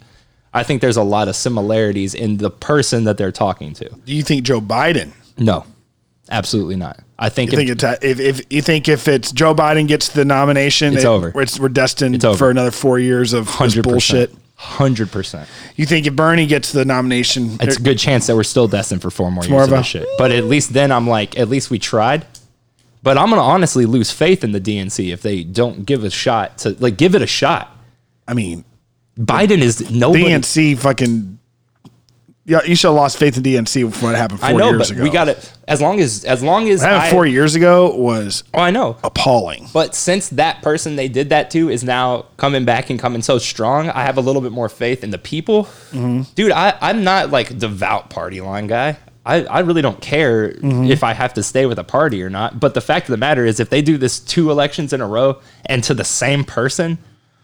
I think there's a lot of similarities in the person that they're talking to.
Do you think Joe Biden?
No, absolutely not. I think,
You
if-
think it's, if, if you think if it's Joe Biden gets the nomination,
It's
it-
over.
It's, we're destined
over.
for another four years of this bullshit.
Hundred percent.
You think if Bernie gets the nomination,
It's a good chance that we're still destined for four more
more
years of
of a-
this shit. But at least then I'm like, at least we tried. But I'm gonna honestly lose faith in the DNC if they don't give a shot to like give it a shot.
I mean,
Biden is nobody.
DNC fucking. Yeah, you should have lost faith in DNC for what happened four
I know,
years
but
ago.
we got it. As long as as long as
What happened
I,
four years ago was
oh, I know.
appalling.
But since that person they did that to is now coming back and coming so strong, I have a little bit more faith in the people. Dude, I, I'm not like devout party line guy. I, I really don't care if I have to stay with a party or not. But the fact of the matter is, if they do this two elections in a row and to the same person,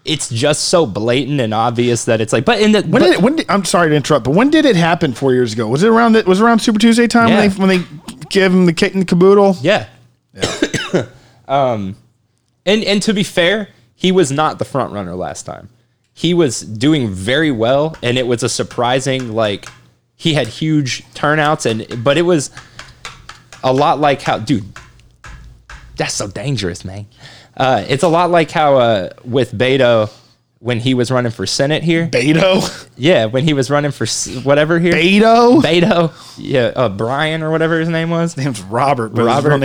it's just so blatant and obvious that it's like. But in the
When
but-
did, it, when did, I'm sorry to interrupt, but when did it happen four years ago? Was it around that? Was it around Super Tuesday time
Yeah.
when they when they gave him the kick and the caboodle?
Yeah. um, and and to be fair, he was not the front runner last time. He was doing very well, and it was a surprising like he had huge turnouts, and but it was a lot like how dude. That's so dangerous, man. Uh, it's a lot like how uh, with Beto when he was running for Senate here.
Beto,
Yeah, when he was running for s- whatever here.
Beto.
Beto. Yeah, uh, Brian or whatever his name was.
His name's Robert, but
Robert.
Robert. his real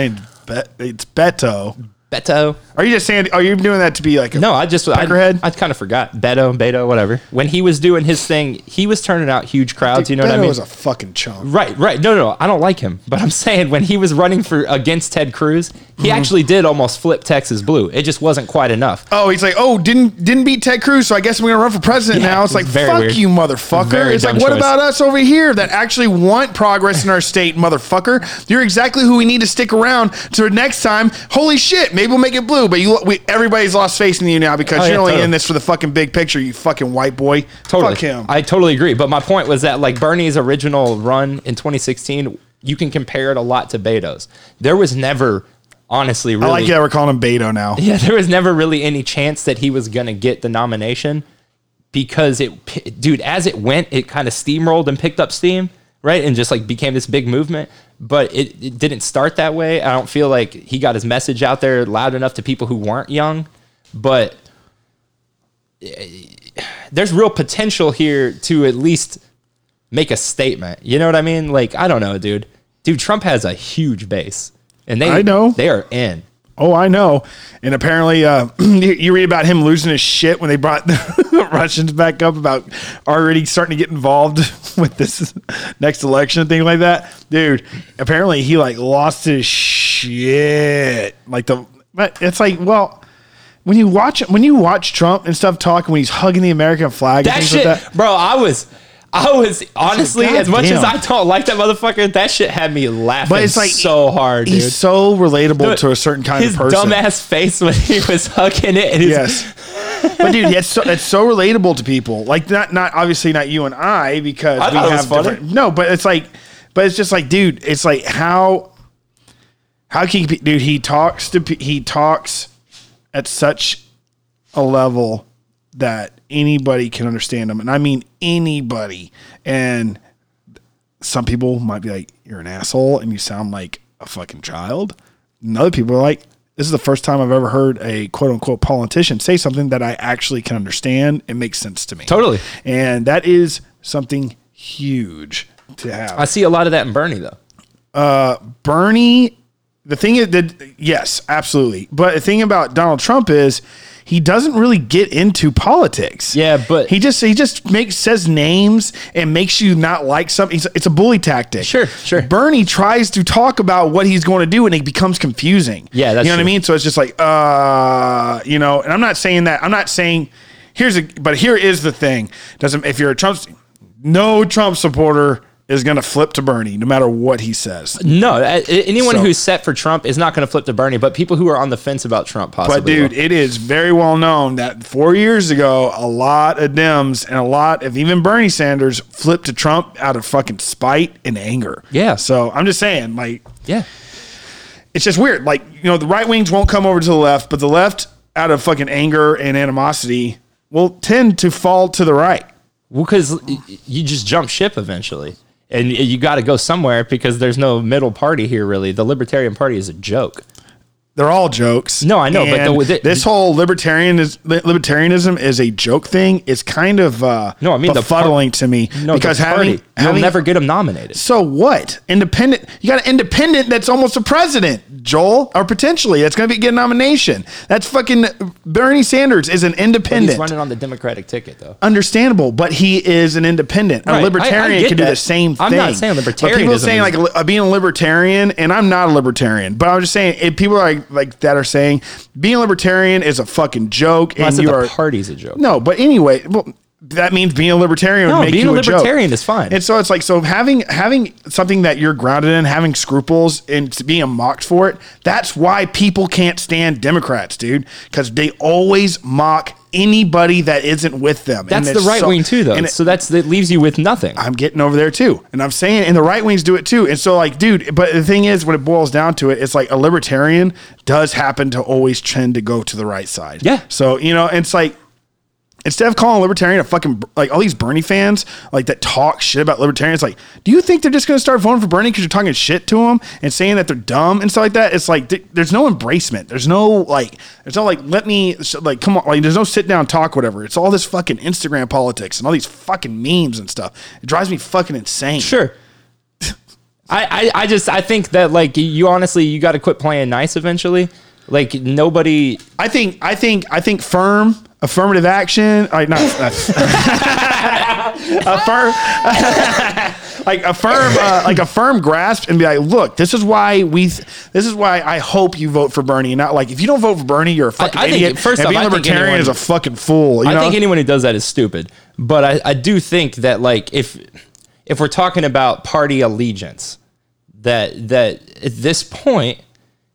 name's Be- it's Beto.
Beto.
Are you just saying? Are you doing that to be like? A,
No, I just
Peckerhead?
I, I kind of forgot Beto, Beto, whatever. When he was doing his thing, he was turning out huge crowds. you know
Beto
what I mean?
was a fucking chump.
right, right. No, no, no, I don't like him, but I'm saying when he was running for against Ted Cruz, he
Mm-hmm.
actually did almost flip Texas blue. It just wasn't quite enough.
Oh, he's like, oh, didn't didn't beat Ted Cruz, so I guess I'm gonna run for president
Yeah,
now. It's like,
very
fuck
weird.
you, motherfucker.
Very
it's like,
dumb
what
choice.
about us over here that actually want progress in our state, motherfucker? You're exactly who we need to stick around to next time. Holy shit, maybe we'll make it blue. But you, we, everybody's lost faith in you now because
Oh,
you're
yeah,
only
totally.
in this for the fucking big picture. You fucking white boy.
Totally,
Fuck him.
I totally agree. But my point was that like Bernie's original run in 2016, you can compare it a lot to Beto's. There was never, honestly, really
I like that we're calling him Beto now.
yeah, there was never really any chance that he was going to get the nomination because it, p- dude, as it went, it kind of steamrolled and picked up steam, right? And just like became this big movement. But it, it didn't start that way. I don't feel like he got his message out there loud enough to people who weren't young. But eh, there's real potential here to at least make a statement. You know what I mean? Like I don't know, dude. Dude, Trump has a huge base, and they
I know.
they are in.
Oh, I know. And apparently, uh, you you read about him losing his shit when they brought the Russians back up about already starting to get involved with this next election and things like that. Dude, apparently he like lost his shit. Like the, but it's like, well, when you watch when you watch Trump and stuff talk when he's hugging the American flag
That
and things
shit,
like that.
bro. I was. I was honestly,
God
as much as
damn.
I don't like that motherfucker, that shit had me laughing.
But it's like
so hard, dude.
He's so relatable
Dude,
to a certain kind
his
of person.
dumbass face when he was hugging it. And his,
Yes. but dude, that's so, that's so relatable to people. Like not not obviously not you and I because
I
we
thought it was
have
funny.
different. No, but it's like, but it's just like, dude, it's like how how can you, be- dude? He talks to pe- he talks at such a level that anybody can understand him, and I mean anybody. And some people might be like, "You're an asshole," and you sound like a fucking child. And other people are like, "This is the first time I've ever heard a quote unquote politician say something that I actually can understand and makes sense to me."
Totally.
and that is something huge to have.
I see a lot of that in Bernie though.
Bernie, the thing is that yes, absolutely. But the thing about Donald Trump is he doesn't really get into politics.
Yeah, but-
he just he just makes says names and makes you not like something. It's, it's a bully tactic.
Sure, sure.
Bernie tries to talk about what he's going to do, and it becomes confusing.
Yeah, that's
you know what I
true.
mean. So it's just like uh, you know. And I'm not saying that. I'm not saying here's a. But here is the thing. Doesn't if you're a Trump, no Trump supporter is going to flip to Bernie no matter what he says.
No, a- a- anyone
So-
who's set for Trump is not going to flip to Bernie, but people who are on the fence about Trump possibly.
But dude,
will.
it is very well known that four years ago, a lot of Dems and a lot of even Bernie Sanders flipped to Trump out of fucking spite and anger.
Yeah.
So I'm just saying, like,
yeah,
it's just weird. Like, you know, the right wings won't come over to the left, but the left, out of fucking anger and animosity, will tend to fall to the right.
because you just jump ship eventually, and y- you got to go somewhere because there's no middle party here really. The Libertarian Party is a joke.
They're all jokes.
No, I know, but
And
the- the-
this whole libertarian is, li- libertarianism is a joke thing. It's kind of uh,
No, I mean the par-
befuddling to me
No,
because
the party,
having,
you'll
having
never get him nominated.
So what? Independent. You got an independent that's almost a president, Joel, or potentially that's going to be get a nomination. That's fucking Bernie Sanders is an
He's
independent.
running on the Democratic ticket though.
Understandable, but he is an independent. A
Right. I- I
libertarian
get
can do the
that.
same thing.
I'm not saying
But people
libertarianism
saying
is-
like li- uh, being a libertarian, and I'm not a libertarian, but I'm just saying if people are like, like that are saying being a libertarian is a fucking joke,
I
and
said
you
the
are
party's a joke.
no, but anyway, well, that means being a libertarian would
No,
make
being
you
a
a, joke.
libertarian is fine.
And so it's like so having having something that you're grounded in, having scruples, and being mocked for it. That's why people can't stand Democrats, dude, because they always mock anybody that isn't with them.
that's the
it's
right
so-
wing too though.
and it-
so that's that leaves you with nothing.
I'm getting over there too. And I'm saying, and the right wings do it too. And so, like, dude, but the thing is, when it boils down to it, it's like a libertarian does happen to always trend to go to the right side.
Yeah.
So, you know, it's like, instead of calling libertarian a fucking, like, all these Bernie fans, like, that talk shit about libertarians, like, do you think they're just going to start voting for Bernie because you're talking shit to them and saying that they're dumb and stuff like that? It's like, th- there's no embracement. There's no, like, there's no, like, let me, so, like, come on, like, there's no sit down talk, whatever. It's all this fucking Instagram politics and all these fucking memes and stuff. It drives me fucking insane.
Sure. I, I, I just I think that like you honestly you got to quit playing nice eventually. Like nobody.
I think I think I think firm affirmative action. I not affirm like a firm uh, like a firm grasp and be like, look, this is why we th- this is why I hope you vote for Bernie. and Not like if you don't vote for Bernie, you're a fucking
I think-
idiot.
first
and
off,
being
I think
libertarian
anyone-
is a fucking fool. You
I
know?
think anyone who does that is stupid. But I, I do think that like if if we're talking about party allegiance, that that at this point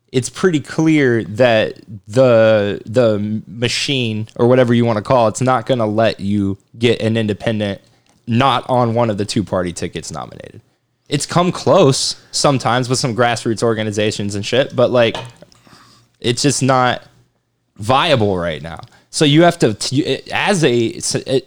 it's pretty clear that the the machine or whatever you want to call it, it's not going to let you get an independent not on one of the two party tickets nominated. It's come close sometimes with some grassroots organizations and shit, but like it's just not viable right now. So you have to, t- as a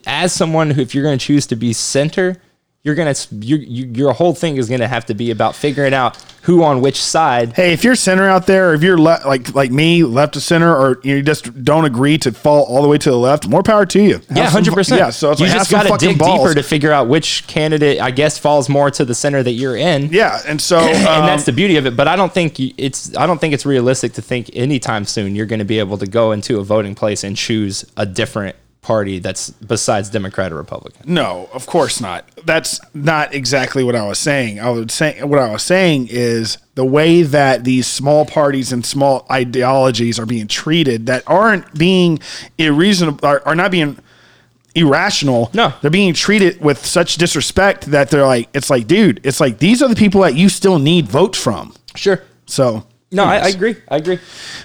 as someone who, if you're going to choose to be center, you're gonna s- you you your whole thing is gonna have to be about figuring out who on which side.
Hey, if you're center out there, or if you're le- like like me, left to center, or you just don't agree to fall all the way to the left, more power to you. Have
Yeah,
some
hundred
fu-
percent.
Yeah, so it's
you
like,
just
have
gotta
some fucking
dig
balls.
deeper to figure out which candidate, I guess, falls more to the center that you're in.
yeah, and so um,
and that's the beauty of it. But I don't think you- it's I don't think it's realistic to think anytime soon you're going to be able to go into a voting place and choose a different party that's besides Democrat or Republican.
No, of course not. That's not exactly what I was saying. I was saying what I was saying is the way that these small parties and small ideologies are being treated that aren't being irreasonable are, are not being irrational.
No.
They're being treated with such disrespect that they're like it's like, dude, it's like these are the people that you still need votes from.
Sure.
So
No, I, I
anyways.
agree. I agree.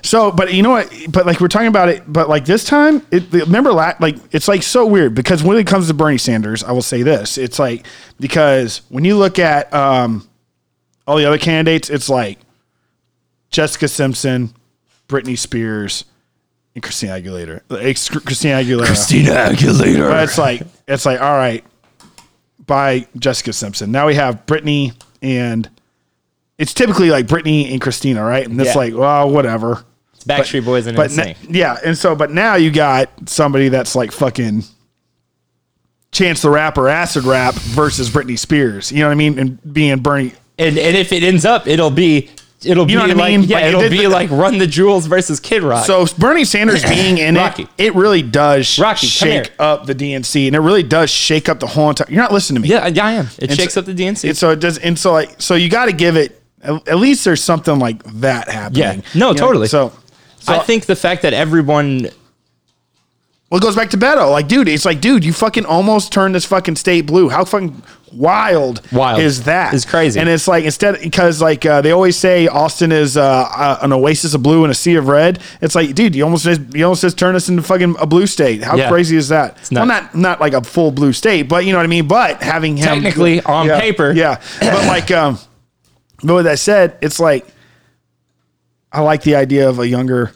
So, but you know what? But like we're talking about it, but like this time, it remember la- like it's like so weird because when it comes to Bernie Sanders, I will say this: it's like because when you look at um, all the other candidates, it's like Jessica Simpson, Britney Spears, and Christina Aguilera. Ex- Christina Aguilera.
Christina Aguilera.
But it's like it's like all right, by Jessica Simpson. Now we have Brittany and it's typically like Brittany and Christina, right? And it's
Yeah.
like well, whatever.
Backstreet Boys and
But
NSYNC.
na- yeah, and so but now you got somebody that's like fucking Chance the Rapper, acid rap versus Britney Spears. You know what I mean? And being Bernie.
and and if it ends up, it'll be it'll
You know
be
what I
like
mean?
yeah,
Like, it
it'll
did
be
the-
like Run the Jewels versus Kid Rock.
So Bernie Sanders being in
Rocky.
it, it really does sh-
Rocky, come here.
shake up the DNC, and it really does shake up the whole entire. You're not listening to me.
yeah, I, I am. It shakes
so-
up the DNC.
And so it does, and so like, so you got to give it. At at least there's something like that happening.
Yeah. No,
You know,
totally.
So, so
I think the fact that everyone
well, it goes back to Beto. Like, dude, it's like, dude, you fucking almost turned this fucking state blue. How fucking wild,
Wild.
is that?
It's crazy.
And it's like instead because like uh, they always say Austin is uh, uh, an oasis of blue and a sea of red. It's like, dude, you almost just, you almost just turned us into fucking a blue state. How
Yeah.
crazy is that? well,
nuts.
not not like a full blue state, but you know what I mean. But having him
Technically, on
Yeah.
paper.
yeah. But like, um, but with that said, it's like I like the idea of a younger,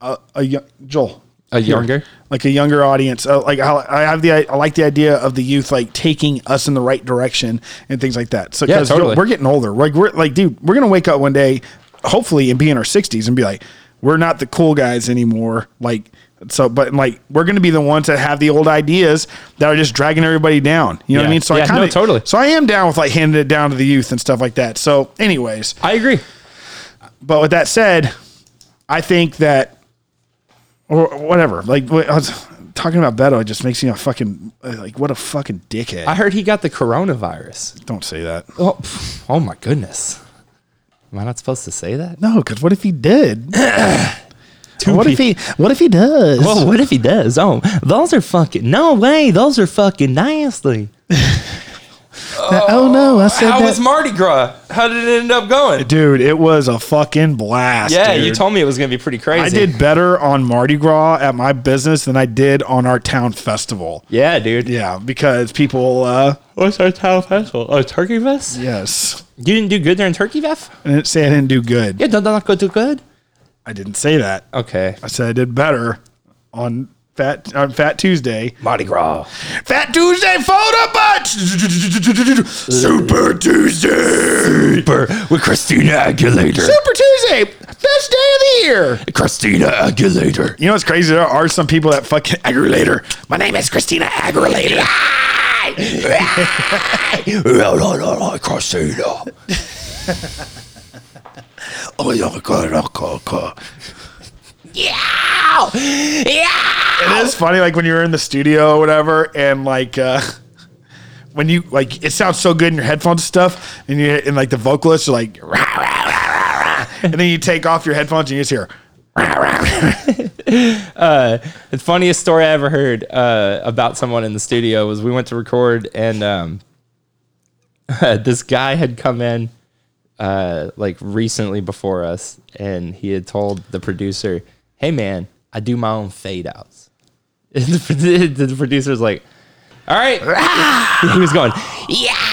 uh, a young Joel,
a
Here.
younger
like a younger audience. Uh, like I, I have the I like the idea of the youth like taking us in the right direction and things like that. So
Yeah,
yo,
totally.
we're getting older. Like we're like, dude, we're gonna wake up one day, hopefully, and be in our sixties and be like, we're not the cool guys anymore. Like. So, but like, we're going to be the ones that have the old ideas that are just dragging everybody down. You know
Yeah.
what I mean? So
Yeah,
I
no,
kind of
totally.
So I am down with like handing it down to the youth and stuff like that. So, anyways,
I agree.
but with that said, I think that or whatever. Like wh- I was talking about Beto, it just makes me a fucking like what a fucking dickhead.
I heard he got the coronavirus.
don't say that.
Oh, pff, oh my goodness. Am I not supposed to say that?
No, because what if he did?
Two
what if
peop-
he? What if he does?
Well, what if he does? Oh, those are fucking. No way. Those are fucking nasty.
oh no, I said
How
that.
was Mardi Gras? How did it end up going?
dude, it was a fucking blast.
Yeah,
dude.
you told me it was going to be pretty crazy.
I did better on Mardi Gras at my business than I did on our town festival.
Yeah, dude.
Yeah, because people. uh
What's our town festival? Oh, Turkey Fest?
Yes,
You didn't do good during Turkey Fest?
I didn't say I didn't do good.
Yeah, did not go too good?
I didn't say that.
Okay.
I said I did better on Fat on Fat Tuesday.
Mardi Gras.
Fat Tuesday photo bunch. Super Tuesday.
With Christina Aguilera.
Super Tuesday, best day of the year.
Christina Aguilera.
You know what's crazy? There are some people that fucking aggravator. My name is Christina Aggravator.
Christina.
Oh, It is funny, like when you're in the studio or whatever, and like uh, when you like, it sounds so good in your headphones and stuff, and you and like the vocalists are like, rah, rah, rah, rah, rah," and then you take off your headphones and you just hear.
The funniest story I ever heard uh, about someone in the studio was we went to record and um, this guy had come in uh, like recently before us and he had told the producer, "Hey man, I do my own fade outs." And the, produ- the producer's like, "All right," he was going, "Yeah."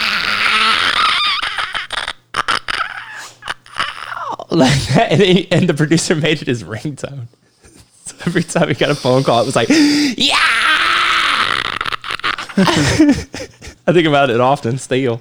Like that, and, he, and the producer made it his ringtone. So every time he got a phone call, it was like, yeah. I think about it often still.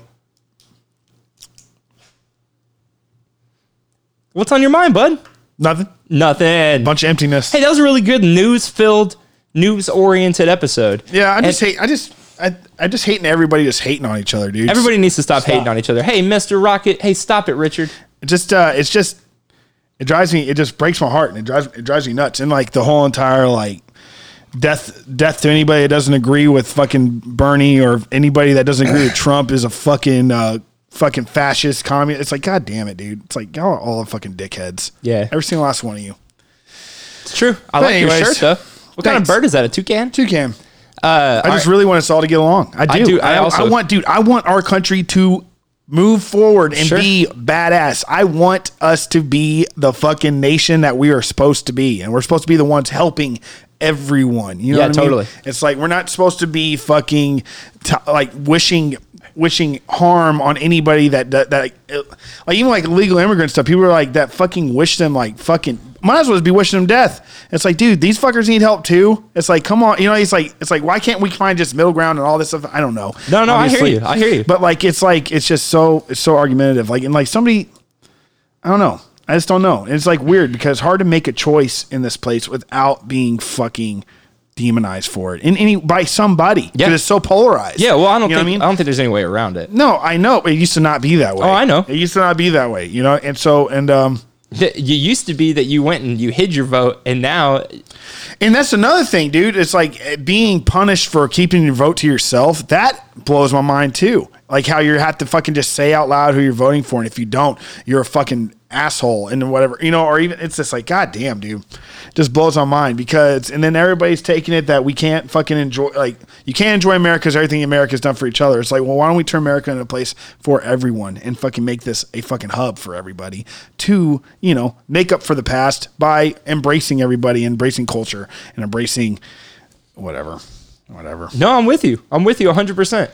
What's on your mind, bud?
Nothing.
Nothing.
Bunch of emptiness.
Hey, that was a really good news filled, news oriented episode.
yeah, I
And
just hate. I just. I, I just hating everybody just hating on each other, dude. It's-
Everybody needs to stop, hating on each other. Hey, Mr. Rocket. Hey, stop it, Richard.
it just uh it's just it drives me it just breaks my heart and it drives it drives me nuts and like the whole entire like death death to anybody that doesn't agree with fucking Bernie or anybody that doesn't agree with Trump is a fucking uh fucking fascist communist it's like god damn it dude it's like y'all are all fucking dickheads
Yeah.
every single last one of you
It's true. I
But
like your
anyways,
shirt though. What kind of
thanks.
bird is that? A toucan?
two cam uh I just really want us all to get along I do I,
do- I
I,
also-
want dude I want our country to move forward and
Sure.
be badass. I want us to be the fucking nation that we are supposed to be, and we're supposed to be the ones helping everyone. You know,
Yeah,
what I mean?
totally.
It's like we're not supposed to be fucking t- like wishing wishing harm on anybody that that, that like even like illegal immigrant stuff. People are like that fucking wish them like fucking. Might as well just be wishing them death. It's like, dude, these fuckers need help too. It's like, come on, you know. It's like, it's like, why can't we find just middle ground and all this stuff? I don't know.
No, no, I hear you. I hear you.
But like, it's like it's just so it's so argumentative. Like, and like somebody, I don't know. I just don't know. And it's like weird because it's hard to make a choice in this place without being fucking demonized for it in any by somebody.
Yeah.
Yeah, it's so polarized.
Yeah. Well, I don't
You know
think
what
I, don't think there's any way around it.
No, I know. But it used to not be that way.
Oh, I know.
It used to not be that way. You know, and so and um.
It used to be that you went and you hid your vote, and now
And that's another thing, dude. It's like eh, being punished for keeping your vote to yourself. That blows my mind too. Like how you have to fucking just say out loud who you're voting for, and if you don't, you're a fucking asshole and whatever, you know. Or even it's just like, god damn, dude, just blows my mind because. And then everybody's taking it that we can't fucking enjoy. Like you can't enjoy America because everything America's done for each other. It's like, well, why don't we turn America into a place for everyone and fucking make this a fucking hub for everybody to, you know, make up for the past by embracing everybody, embracing culture, and embracing whatever, whatever.
no, I'm with you. I'm with you 100. percent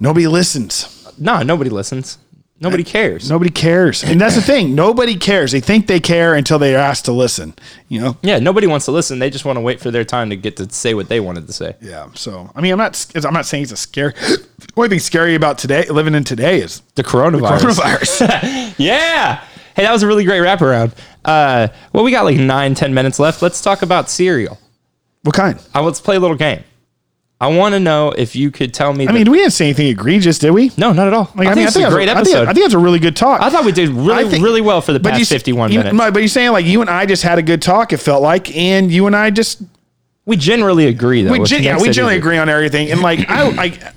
Nobody listens.
No, nobody listens. Nobody cares.
Nobody cares. And that's the thing. Nobody cares. They think they care until they're asked to listen, you know?
Yeah, nobody wants to listen. They just want to wait for their time to get to say what they wanted to say.
Yeah. So, I mean, I'm not, I'm not saying it's a scary, the only thing scary about today, living in today is
The coronavirus.
coronavirus.
Yeah. Hey, that was a really great wraparound. Uh, well, we got like nine, ten minutes left. Let's talk about cereal.
what kind?
Uh, let's play a little game. I want to know if you could tell me.
I mean, we didn't say anything egregious, did we?
no, not at all.
Like,
I,
mean,
think it's a
that's
great
I think-
episode.
I think that's a really good talk.
I thought we did really,
I think-
really well for the past
you s-
51
you-
minutes.
no, but you're saying like you and I just had a good talk. It felt like, and you and I just
we generally agree, though.
we
which
gen- yeah
makes
we
it
generally
easy.
agree on everything. And like I I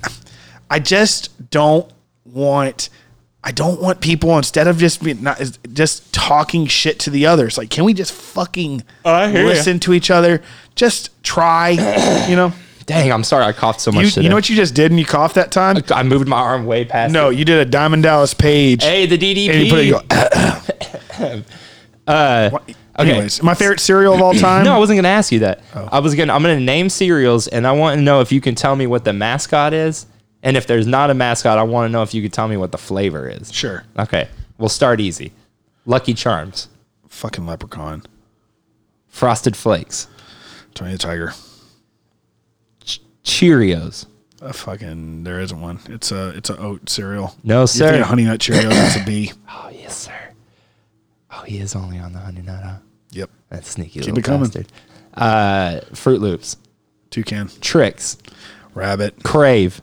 I just don't want. I don't want people instead of just being not is- just talking shit to the others. Like, can we just fucking
Oh, I hear ya.
listen to each other? Just try, you know.
Dang, I'm sorry I coughed so much
You,
today.
you know what you just did, and you coughed that time.
I moved my arm way past.
No,
it.
you did a Diamond Dallas Page.
Hey, the DDP.
And you put it, you go,
Uh, okay.
Anyways, my favorite cereal of all time.
No, I wasn't gonna ask you that. I was gonna I'm gonna name cereals, and I want to know if you can tell me what the mascot is, and if there's not a mascot, I want to know if you could tell me what the flavor is.
Sure.
Okay, we'll start easy. Lucky Charms,
Fucking leprechaun.
Frosted Flakes,
Tony the Tiger.
Cheerios.
A fucking there isn't one. It's a it's a oat cereal.
No
You're thinking
sir.
Honey Nut Cheerios. It's a B.
Oh yes sir. Oh, he is only on the honey nut. Huh?
Yep.
That sneaky
Keep
little
it coming.
bastard. Uh, Fruit Loops,
Toucan.
Tricks,
Rabbit.
Crave.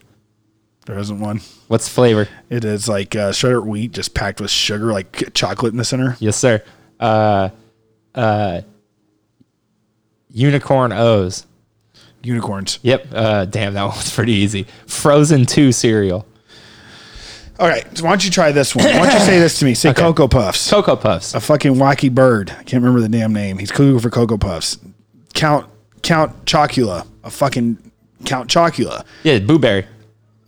There isn't one.
What's flavor?
It is like uh, shredded wheat, just packed with sugar, like c- chocolate in the center.
Yes sir. Uh, uh, unicorn O's.
Unicorns.
Yep. Uh, damn, that one's pretty easy. Frozen 2 cereal.
All right. So why don't you try this one? Why don't you say this to me? Say Cocoa Puffs.
Cocoa Puffs.
a fucking wacky bird. I can't remember the damn name. He's cuckoo for Cocoa Puffs. Count Count Chocula. A fucking Count Chocula.
Yeah, blueberry.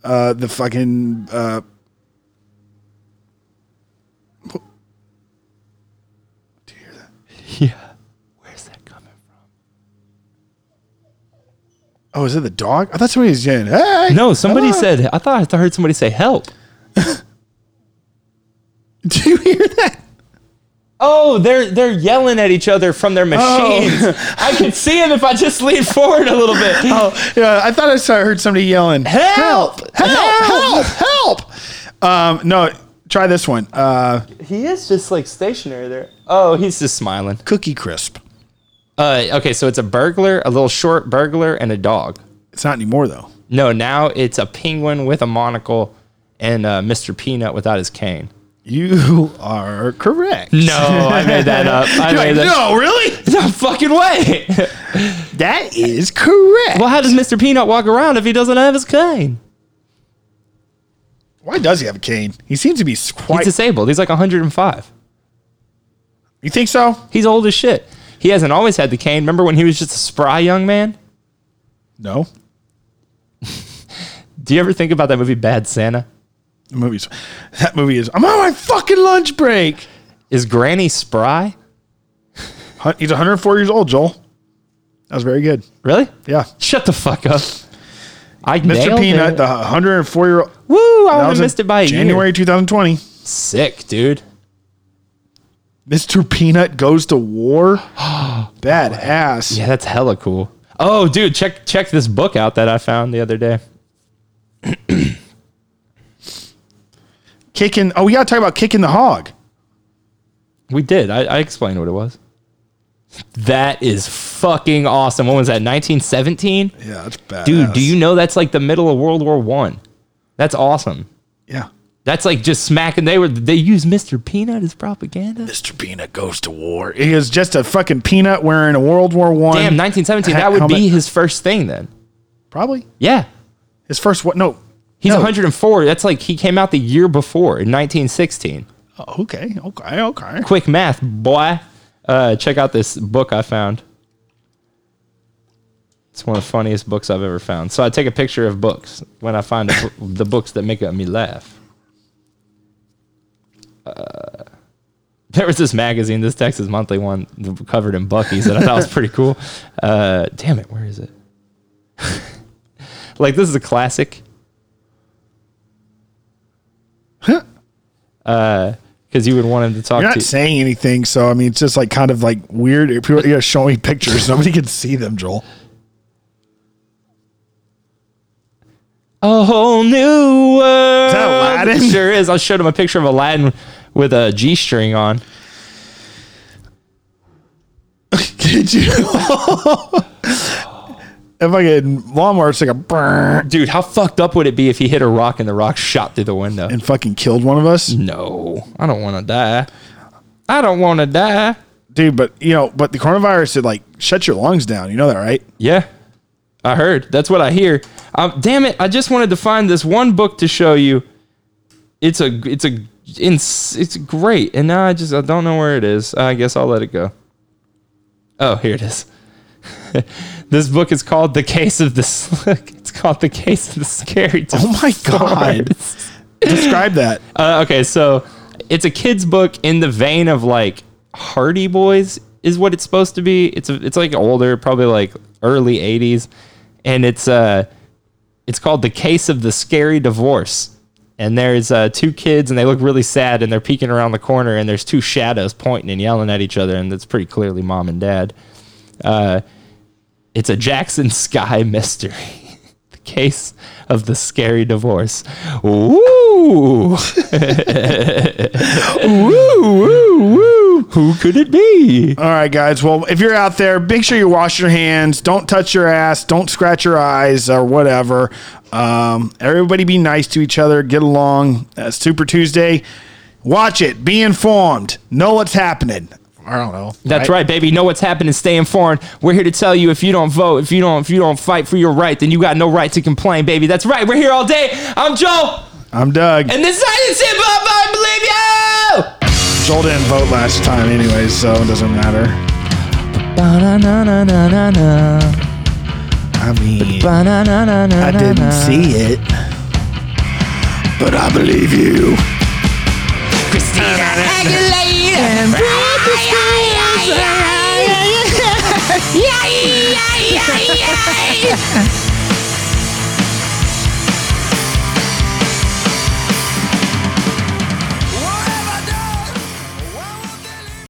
uh, the fucking uh, do you hear that?
Yeah. Where's that coming from?
Oh, is it the dog? I thought somebody was yelling. Hey!
No, somebody
hello."
said, I thought I heard somebody say help.
Do you hear that?
Oh, they're they're yelling at each other from their machines. I could see him if I just lean forward a little bit.
Oh, yeah. I thought I saw, heard somebody yelling,
Help!
help, help, help, help. Um, no, try this one. Uh,
He is just like stationary there. Oh, he's just smiling.
cookie crisp.
Uh, okay, so it's a burglar, a little short burglar, and a dog.
It's not anymore though.
No, now it's a penguin with a monocle and uh, Mr. Peanut without his cane.
You are correct.
No, I made that up. I
You're like,
made that.
no, really?
No, fucking way.
That is correct.
well, how does Mr. Peanut walk around if he doesn't have his cane?
Why does he have a cane? He seems to be
He's
quite.
disabled. He's like 105.
you think so?
He's old as shit. He hasn't always had the cane. Remember when he was just a spry young man?
No.
Do you ever think about that movie Bad Santa?
The movie's that movie is. I'm on my fucking lunch break.
Is Granny spry?
Hun- He's 104 years old, Joel. That was very good.
Really?
Yeah.
Shut the fuck up. I
Mr.
nailed
Peanut,
it.
the 104 year old.
Woo! I
That
would
was
have
in
missed it by a
January
year.
2020.
Sick, dude.
Mr. Peanut goes to war. Badass.
Yeah, that's hella cool. Oh, dude, check check this book out that I found the other day.
Kicking. Oh, we got to talk about kicking the hog.
We did. I, I explained what it was. That is fucking awesome. When was that? 1917?
Yeah, that's bad.
Dude, do you know that's like the middle of World War One? That's awesome.
Yeah.
That's like just smacking. They were they used Mr. Peanut as propaganda.
Mr. Peanut goes to war. He is just a fucking peanut wearing a World War One.
Damn, 1917.
Um, Ha-
That would
how
be
ma-
his first thing then.
Probably
Yeah,
his first what? No.
he's
No.
104. That's like he came out the year before in 1916.
Oh, okay. Okay. Okay.
Quick math, boy. Uh, check out this book I found. It's one of the funniest books I've ever found. So I take a picture of books when I find a, bo- the books that make me laugh. Uh, there was this magazine, this Texas Monthly one, th- covered in Bucky's that I thought was pretty cool. Uh, damn it, where is it? like this is a classic. Because Uh, you would want him to talk
You're
to.
not saying anything, so I mean, it's just like kind of like weird. If People, you're showing me pictures. Nobody can see them, Joel.
A whole new world.
that Aladdin?
Sure is. I showed him a picture of Aladdin with a G string on.
Did you? if I get Walmart, it's like a brrrr
Dude, how fucked up would it be if he hit a rock and the rock shot through the window?
and fucking killed one of us,
No, I don't want to die. I don't want to die.
dude. But you know, but the coronavirus it like shut your lungs down. You know that, right?
Yeah, I heard. That's what I hear. Um, damn it! I just wanted to find this one book to show you. It's a, it's a, it's, it's great. And now I just, I don't know where it is. I guess I'll let it go. Oh, here it is. this book is called "The Case of the." Slick. It's called "The Case of the Scary."
Oh my god! Describe that.
Uh, okay, so it's a kids' book in the vein of like Hardy Boys is what it's supposed to be. It's a, it's like older, probably like early '80s, and it's uh, it's called "The Case of the Scary Divorce." And there's uh, two kids, and they look really sad, and they're peeking around the corner, and there's two shadows pointing and yelling at each other, and that's pretty clearly mom and dad. Uh, it's a Jackson Sky mystery. the case of the scary divorce. Ooh. woo, woo, woo. Who could it be?
All right, guys. Well, if you're out there, make sure you wash your hands. Don't touch your ass. Don't scratch your eyes or whatever. Um, everybody be nice to each other. Get along. Uh, Super Tuesday. Watch it. Be informed. Know what's happening. I don't know.
That's right, baby. Know what's happening. Stay informed. We're here to tell you if you don't vote, if you don't, if you don't fight for your right, then you got no right to complain, baby. That's right. We're here all day. I'm Joel,
I'm Doug.
and this is I Didn't See It, But I Believe You.
Joel didn't vote last time, anyways, so it doesn't matter. I mean, I didn't see it, but I believe you.
Yay!